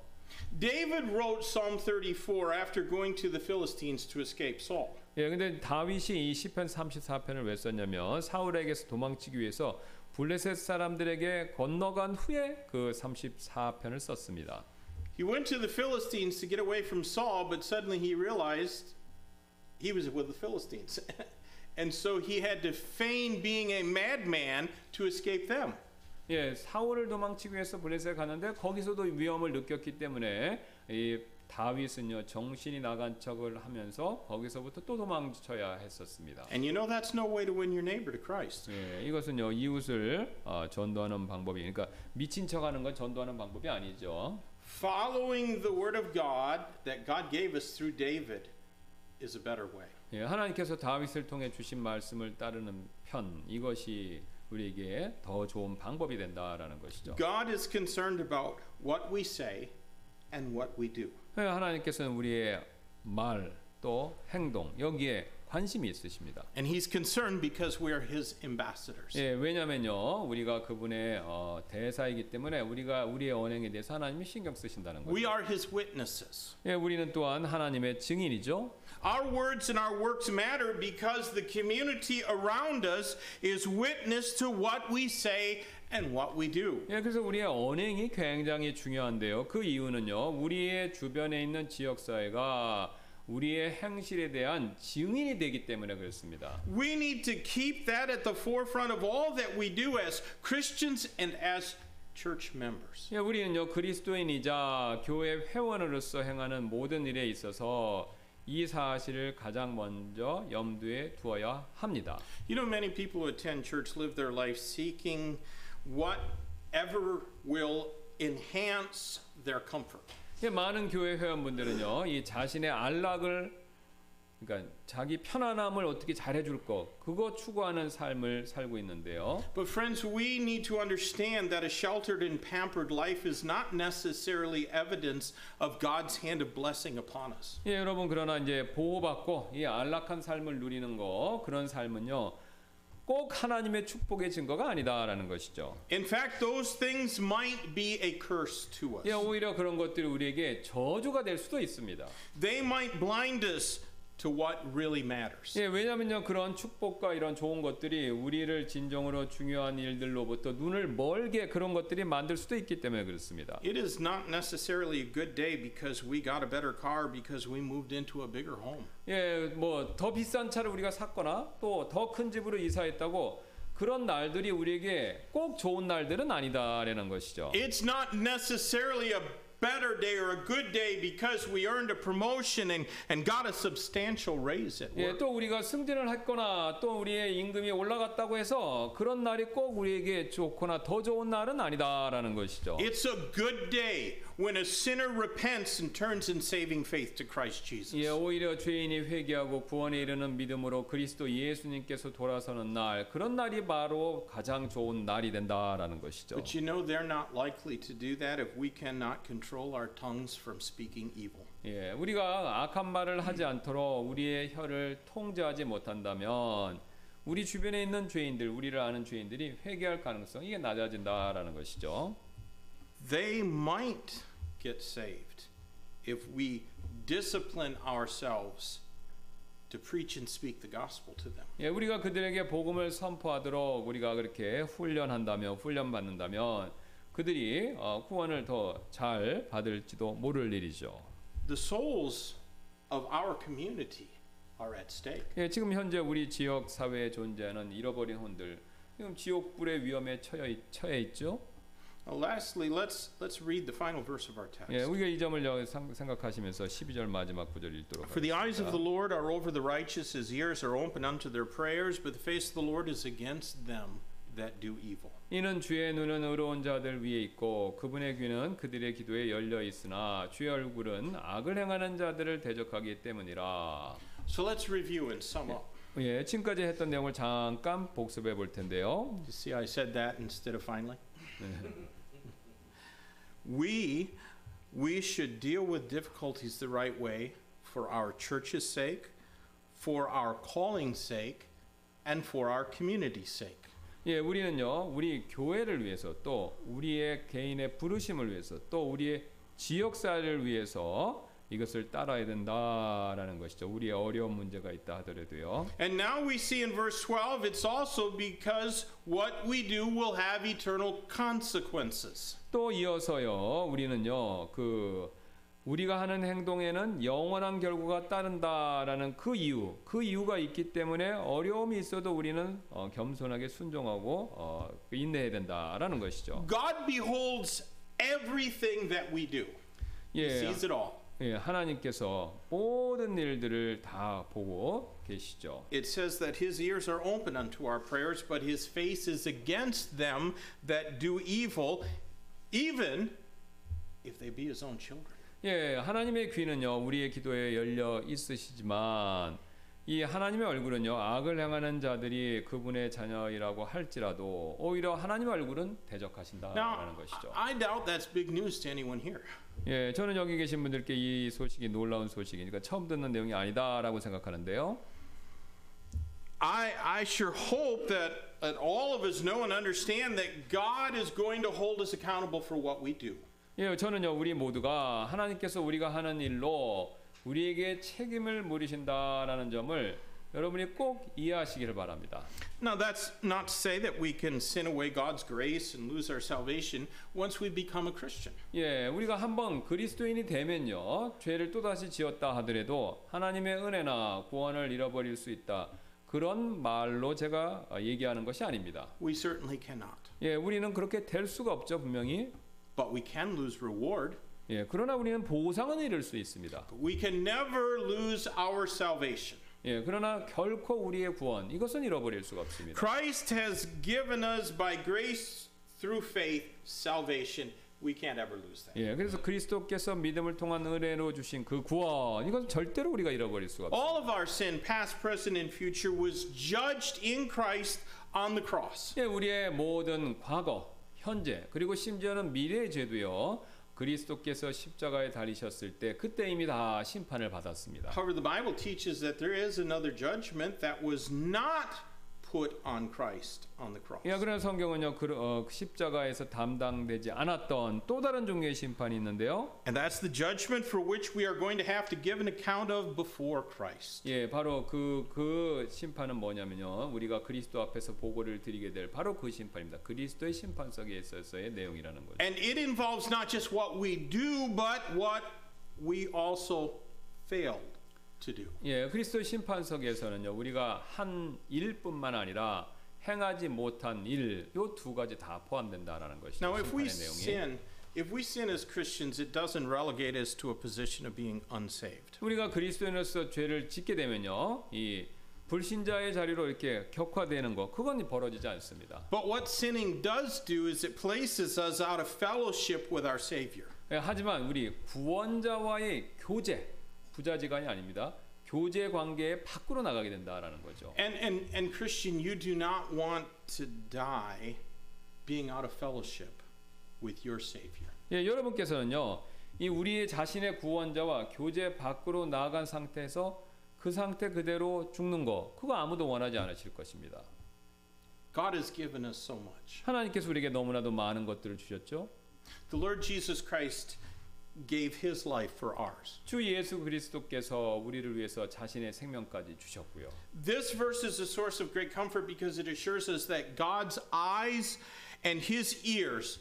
Speaker 2: David wrote Psalm 34 after going to the Philistines to escape Saul.
Speaker 3: 예, 근데 다윗이 이 시편 34편을 왜 썼냐면 사울에게서 도망치기 위해서 블레셋 사람들에게 건너간 후에 그 34편을 썼습니다.
Speaker 2: He went to the Philistines to get away from Saul, but suddenly he realized he was with the Philistines. and so he had to feign being a madman to escape them.
Speaker 3: 예, 사울을 도망치기 위해서 블레셋에 가는데 거기서도 위험을 느꼈기 때문에 이 다윗은요 정신이 나간 척을 하면서 거기서부터 또 도망쳐야 했었습니다.
Speaker 2: And you know that's no way to win your neighbor to Christ.
Speaker 3: 예, 이것은요 이웃을 어, 전도하는 방법이 그러니까 미친 척하는 건 전도하는 방법이 아니죠.
Speaker 2: Following the word of God that God gave us through David is a better way.
Speaker 3: 예, 하나님께서 다윗을 통해 주신 말씀을 따르는 편 이것이 우리에게 더 좋은 방법이 된다라는 것이죠.
Speaker 2: God is concerned about what we say and what we do.
Speaker 3: 예, 하나님께서는 우리의 말 또 행동 여기에 관심이 있으십니다.
Speaker 2: And he's concerned because we are his ambassadors.
Speaker 3: 예, 왜냐면요. 우리가 그분의 어, 대사이기 때문에 우리가 우리의 언행에 대해서 하나님이 신경 쓰신다는 거예요.
Speaker 2: We are his witnesses.
Speaker 3: 예, 우리는 또한 하나님의 증인이죠.
Speaker 2: Our words and our works matter because the community around us is witness to what we say and what we do.
Speaker 3: 예, 그래서 우리의 언행이 굉장히 중요한데요. 그 이유는요. 우리의 주변에 있는 지역 사회가 우리의 행실에 대한 증인이 되기 때문에 그렇습니다.
Speaker 2: We need to keep that at the forefront of all that we do as Christians and as church members.
Speaker 3: 예, 우리는요 그리스도인이자 교회 회원으로서 행하는 모든 일에 있어서 이 사실을 가장 먼저 염두에 두어야 합니다.
Speaker 2: You know, many people who attend church live their life seeking whatever will enhance their comfort.
Speaker 3: 예, 많은 교회 회원분들은요, 이 자신의 안락을 그러니까 자기 편안함을 어떻게 잘해줄 거 그거 추구하는 삶을 살고 있는데요.
Speaker 2: But, friends, we need to understand that a sheltered and pampered life is not necessarily evidence of God's hand of blessing upon us.
Speaker 3: 예, 여러분 그러나 이제 보호받고 이 안락한 삶을 누리는 거 그런 삶은요 꼭 하나님의 축복의 증거가 아니다라는 것이죠.
Speaker 2: In fact, those things might be a curse to us.
Speaker 3: 예, 오히려 그런 것들이 우리에게 저주가 될 수도 있습니다.
Speaker 2: They might blind us to what really matters.
Speaker 3: 예, 왜냐면요 그런 축복과 이런 좋은 것들이 우리를 진정으로 중요한 일들로부터 눈을 멀게 그런 것들이 만들 수도 있기 때문에 그렇습니다.
Speaker 2: It is not necessarily a good day because we got a better car because we moved into a bigger home.
Speaker 3: 예, 뭐 더 비싼 차를 우리가 샀거나 또 더 큰 집으로 이사했다고 그런 날들이 우리에게 꼭 좋은 날들은 아니다라는 것이죠.
Speaker 2: It's not necessarily a better day or a good day because we earned a promotion and, and got a substantial raise at
Speaker 3: 예,
Speaker 2: work.
Speaker 3: 또 우리가 승진을 했거나 또 우리의 임금이 올라갔다고 해서 그런 날이 꼭 우리에게 좋거나 더 좋은 날은 아니다라는 것이죠.
Speaker 2: It's a good day when a sinner repents and turns in saving faith to Christ Jesus.
Speaker 3: 예, 오히려 죄인이 회개하고 구원에 이르는 믿음으로 그리스도 예수님께서 돌아서는 날, 그런 날이 바로 가장 좋은 날이 된다라는 것이죠.
Speaker 2: But you know, they're not likely to do that if we cannot control our tongues from speaking evil.
Speaker 3: 예, 우리가 악한 말을 하지 않도록 우리의 혀를 통제하지 못한다면 우리 주변에 있는 죄인들, 우리를 아는 죄인들이 회개할 가능성이 이게 낮아진다라는 것이죠.
Speaker 2: They might get saved if we discipline ourselves to preach and speak the gospel to them.
Speaker 3: 예, 우리가 그들에게 복음을 선포하도록 우리가 그렇게 훈련한다면 훈련받는다면 그들이 어, 구원을 더 잘 받을지도 모를 일이죠.
Speaker 2: The souls of our community are at stake.
Speaker 3: 예, 지금 현재 우리 지역 사회에 존재하는 잃어버린 혼들 지금 지옥불의 위험에 처해, 있- 처해 있죠.
Speaker 2: Now, lastly, let's let's read the final verse of our text.
Speaker 3: 예, 우리가 이 점을 여기 상- 생각하시면서 12절 마지막 구절 읽도록
Speaker 2: For the eyes of
Speaker 3: 하겠습니다.
Speaker 2: the Lord are over the righteous, his ears are open unto their prayers, but the face of the Lord is against them that do evil.
Speaker 3: 이는 주의 눈은 의로운 자들 위에 있고 그분의 귀는 그들의 기도에 열려 있으나 주의 얼굴은 악을 행하는 자들을 대적하기 때문이라.
Speaker 2: So let's review and sum up.
Speaker 3: 예, 지금까지 했던 내용을 잠깐 복습해 볼 텐데요.
Speaker 2: You see, I said that instead of finally. we we should deal with difficulties the right way for our church's sake, for our calling's sake, and for our community's sake.
Speaker 3: 예, 우리는요, 우리 교회를 위해서 또 우리의 개인의 부르심을 위해서 또 우리의 지역사회를 위해서 이것을 따라야 된다라는 것이죠. 우리의 어려운 문제가 있다 하더라도요.
Speaker 2: And now we see in verse 12, it's also because what we do will have eternal consequences.
Speaker 3: 또 이어서요, 우리는요, 그 우리가 하는 행동에는 영원한 결과가 따른다라는 그 이유, 그 이유가 있기 때문에 어려움이 있어도 우리는 어, 겸손하게 순종하고 어, 인내해야 된다라는 것이죠.
Speaker 2: God beholds everything that we do, He
Speaker 3: 예,
Speaker 2: sees it all.
Speaker 3: 예, 하나님께서 모든 일들을 다 보고 계시죠.
Speaker 2: It says that His ears are open unto our prayers, but His face is against them that do evil, even if they be His own children.
Speaker 3: 예, 하나님의 귀는요 우리의 기도에 열려 있으시지만 이 하나님의 얼굴은요 악을 행하는 자들이 그분의 자녀이라고 할지라도 오히려 하나님의 얼굴은 대적하신다라는
Speaker 2: Now,
Speaker 3: 것이죠.
Speaker 2: I doubt that's big news to anyone here.
Speaker 3: 예, 저는 여기 계신 분들께 이 소식이 놀라운 소식이니까 처음 듣는 내용이 아니다라고 생각하는데요.
Speaker 2: I, I sure hope that, that all of us know and understand that God is going to hold us accountable for what we do.
Speaker 3: 예, 저는요 우리 모두가 하나님께서 우리가 하는 일로 우리에게 책임을 물으신다라는 점을 여러분이 꼭 이해하시기를 바랍니다.
Speaker 2: Now, that's not to say that we can sin away God's grace and lose our salvation once we become a Christian.
Speaker 3: 예, 우리가 한번 그리스도인이 되면요 죄를 또 다시 지었다 하더라도 하나님의 은혜나 구원을 잃어버릴 수 있다. 그런 말로 제가 어, 얘기하는 것이 아닙니다.
Speaker 2: We certainly cannot.
Speaker 3: 예, 우리는 그렇게 될 수가 없죠 분명히.
Speaker 2: But we can lose reward.
Speaker 3: 예, 그러나 우리는 보상은 잃을 수 있습니다.
Speaker 2: But we can never lose our salvation.
Speaker 3: 예, 그러나 결코 우리의 구원 이것은 잃어버릴 수가 없습니다.
Speaker 2: Christ has given us by grace through faith salvation. we can't ever lose that.
Speaker 3: 예, 그래서 그리스도께서 믿음을 통한 은혜로 주신 그 구원 이건 절대로 우리가 잃어버릴 수가 없어요.
Speaker 2: All of our sin, past, present, and future, was judged in Christ on the cross.
Speaker 3: 예, 우리의 모든 과거, 현재 그리고 심지어는 미래의 죄도요 그리스도께서 십자가에 달리셨을 때 그때 이미 다 심판을 받았습니다.
Speaker 2: However, the Bible teaches that there is another judgment that was not put on Christ on the cross.
Speaker 3: 예, 그러나 성경은요 그, 어, 십자가에서 담당되지 않았던 또 다른 종류의 심판이 있는데요.
Speaker 2: And that's the judgment for which we are going to have to give an account of before Christ.
Speaker 3: 예, 바로 그, 그 심판은 뭐냐면요. 우리가 그리스도 앞에서 보고를 드리게 될 바로 그 심판입니다. 그리스도의 심판석에 있어서의 내용이라는 거죠.
Speaker 2: And it involves not just what we do, but what we also failed to do.
Speaker 3: 예, 그리스도의 심판석에서는요. 우리가 한 일뿐만 아니라 행하지 못한 일, 요 두 가지 다 포함된다라는 것이죠.
Speaker 2: Now, if we
Speaker 3: 심판의 내용이.
Speaker 2: sin, if we sin as Christians, it doesn't relegate us to a position of being unsaved.
Speaker 3: 우리가 그리스도인으로서 죄를 짓게 되면요. 이 불신자의 자리로 이렇게 격화되는 거 그건 벌어지지 않습니다.
Speaker 2: But what sinning does do is it places us out of fellowship with our Savior.
Speaker 3: 예, 하지만 우리 구원자와의 교제 부자지간이 아닙니다. 교제 관계에 밖으로 나가게 된다라는 거죠.
Speaker 2: And, and, and Christian, you do not want to die being out of fellowship with your Savior.
Speaker 3: 예, 여러분께서는요, 이 우리의 자신의 구원자와 교제 밖으로 나아간 상태에서 그 상태 그대로 죽는 거 그거 아무도 원하지 않으실 것입니다.
Speaker 2: God has given us so much.
Speaker 3: 하나님께서 우리에게 너무나도 많은 것들을 주셨죠.
Speaker 2: The Lord Jesus Christ gave his life for ours.
Speaker 3: 주 예수 그리스도께서 우리를 위해서 자신의 생명까지 주셨고요.
Speaker 2: This verse is a source of great comfort because it assures us that God's eyes and his ears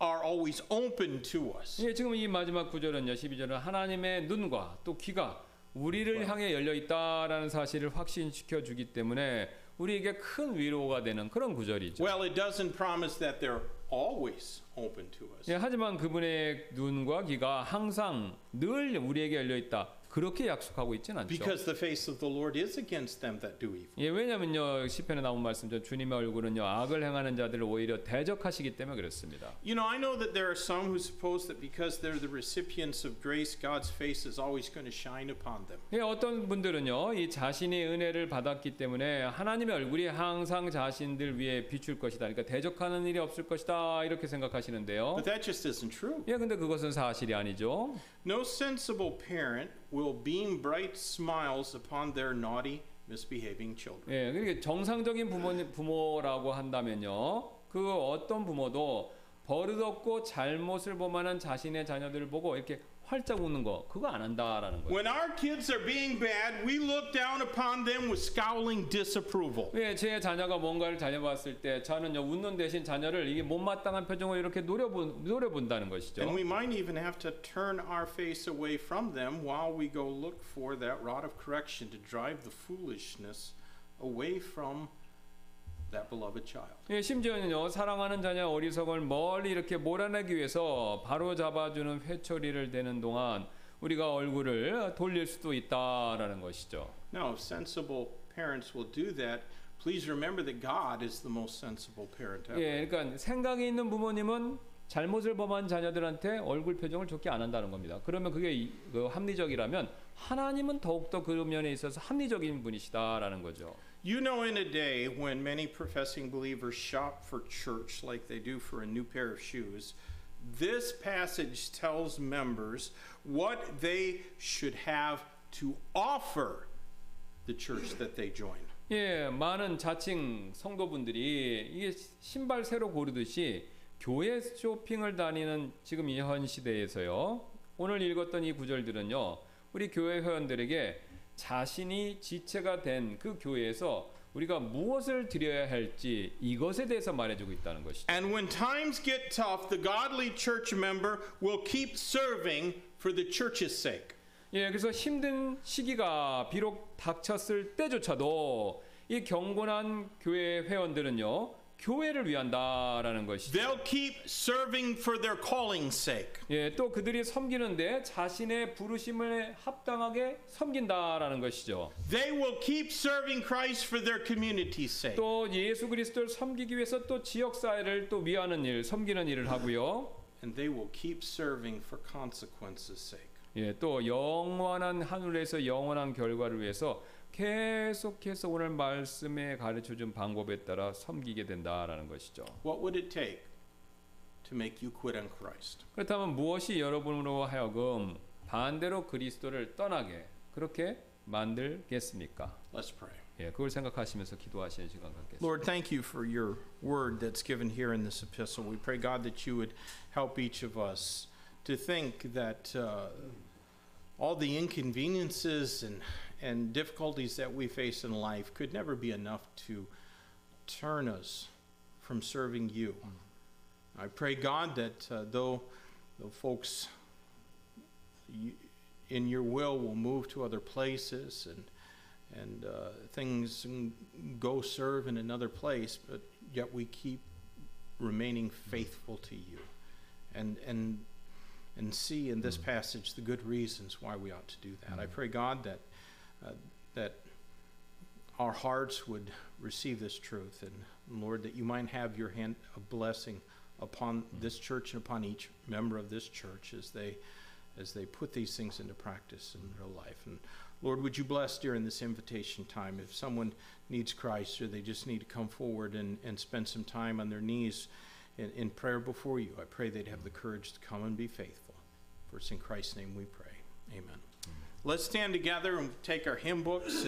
Speaker 2: are always open to us.
Speaker 3: 예, 지금 이 마지막 구절은요. 12절은 하나님의 눈과 또 귀가 우리를 향해 열려 있다라는 사실을 확신시켜 주기 때문에 우리에게 큰 위로가 되는 그런 구절이죠.
Speaker 2: Well, it doesn't promise that they're always open to us.
Speaker 3: 예, 하지만 그분의 눈과 귀가 항상 늘 우리에게 열려 있다. 그렇게 약속하고 있진 않죠.
Speaker 2: Because the face of the Lord is against them that do evil.
Speaker 3: 예, 왜냐면요. 시편에 나온 말씀처럼 주님의 얼굴은요. 악을 행하는 자들을 오히려 대적하시기 때문에 그렇습니다.
Speaker 2: You know, I know that there are some who suppose that because they're the recipients of grace, God's face is always going to shine upon them.
Speaker 3: 예, 어떤 분들은요, 이 자신이 은혜를 받았기 때문에 하나님의 얼굴이 항상 자신들 위에 비출 것이다. 그러니까 대적하는 일이 없을 것이다. 이렇게 생각하시는데요.
Speaker 2: But that just isn't true.
Speaker 3: 예, 근데 그것은 사실이 아니죠.
Speaker 2: No sensible parent will beam bright smiles upon their naughty, misbehaving children.
Speaker 3: 예, 그러니까 정상적인 부모님, 부모라고 한다면요, 그 어떤 부모도 버릇없고 잘못을 범하는 자신의 자녀들을 보고 이렇게 활짝 웃는 거, 그거 안 한다라는 거예요.
Speaker 2: When our kids are being bad, we look down upon them with scowling disapproval.
Speaker 3: 예, 제 자녀가 뭔가를 잘해봤을 때 저는요 웃는 대신 자녀를 이게 못마땅한 표정을 이렇게 노려본 노려본다는 것이죠.
Speaker 2: And we might even have to turn our face away from them while we go look for that rod of correction to drive the foolishness away from that beloved child.
Speaker 3: 예, 심지어는요 사랑하는 자녀 어리석을 멀리 이렇게 몰아내기 위해서 바로 잡아주는 회초리를 대는 동안 우리가 얼굴을 돌릴 수도 있다라는 것이죠.
Speaker 2: Now, if sensible parents will do that, please remember that God is the most sensible parent ever.
Speaker 3: 예, 그러니까 생각이 있는 부모님은 잘못을 범한 자녀들한테 얼굴 표정을 좋게 안 한다는 겁니다. 그러면 그게 이- 그 합리적이라면 하나님은 더욱더 그 면에 있어서 합리적인 분이시다라는 거죠.
Speaker 2: You know, in a day when many professing believers shop for church like they do for a new pair of shoes, this passage tells members what they should have to offer the church that they join.
Speaker 3: 예, 많은 자칭 성도분들이 이게 신발 새로 고르듯이 교회 쇼핑을 다니는 지금 이 현 시대에서요. 오늘 읽었던 이 구절들은요. 우리 교회 회원들에게 자신이 지체가 된 그 교회에서 우리가 무엇을 드려야 할지 이것에 대해서 말해주고 있다는 것이죠.
Speaker 2: And when times get tough, the godly church member will keep serving for the church's sake.
Speaker 3: 예, 그래서 힘든 시기가 비록 닥쳤을 때조차도 이 경건한 교회 회원들은요. 교회를 위한다라는 것이죠.
Speaker 2: They'll keep serving for their calling's sake.
Speaker 3: 예, 또 그들이 섬기는데 자신의 부르심을 합당하게 섬긴다라는 것이죠.
Speaker 2: They will keep serving Christ for their community's sake.
Speaker 3: 또 예수 그리스도를 섬기기 위해서 또 지역 사회를 또 위하는 일, 섬기는 일을 하고요.
Speaker 2: and they will keep serving for consequences' sake.
Speaker 3: 예, 또 영원한 하늘에서 영원한 결과를 위해서 계속해서 오늘 말씀에 가르쳐 준 방법에 따라 섬기게 된다라는 것이죠.
Speaker 2: What would it take to make you quit on Christ?
Speaker 3: 그렇다면 무엇이 여러분으로 하여금 반대로 그리스도를 떠나게 그렇게 만들겠습니까?
Speaker 2: Let's pray.
Speaker 3: 예, 그걸 생각하시면서 기도하시는 시간 갖겠습니다.
Speaker 2: Lord, thank you for your word that's given here in this epistle. We pray, God, that you would help each of us to think that uh, all the inconveniences and, and difficulties that we face in life could never be enough to turn us from serving you. I pray, God, that uh, though, though folks you, in your will will move to other places and and uh, things go serve in another place, but yet we keep remaining faithful to you, and and and see in this passage the good reasons why we ought to do that. I pray God that uh, that our hearts would receive this truth, and Lord, that you might have your hand of blessing upon this church and upon each member of this church as they as they put these things into practice in real life. And Lord, would you bless during this invitation time if someone needs Christ or they just need to come forward and, and spend some time on their knees in, in prayer before you? I pray they'd have the courage to come and be faithful. For it's in Christ's name we pray. Amen. Let's stand together and take our hymn books.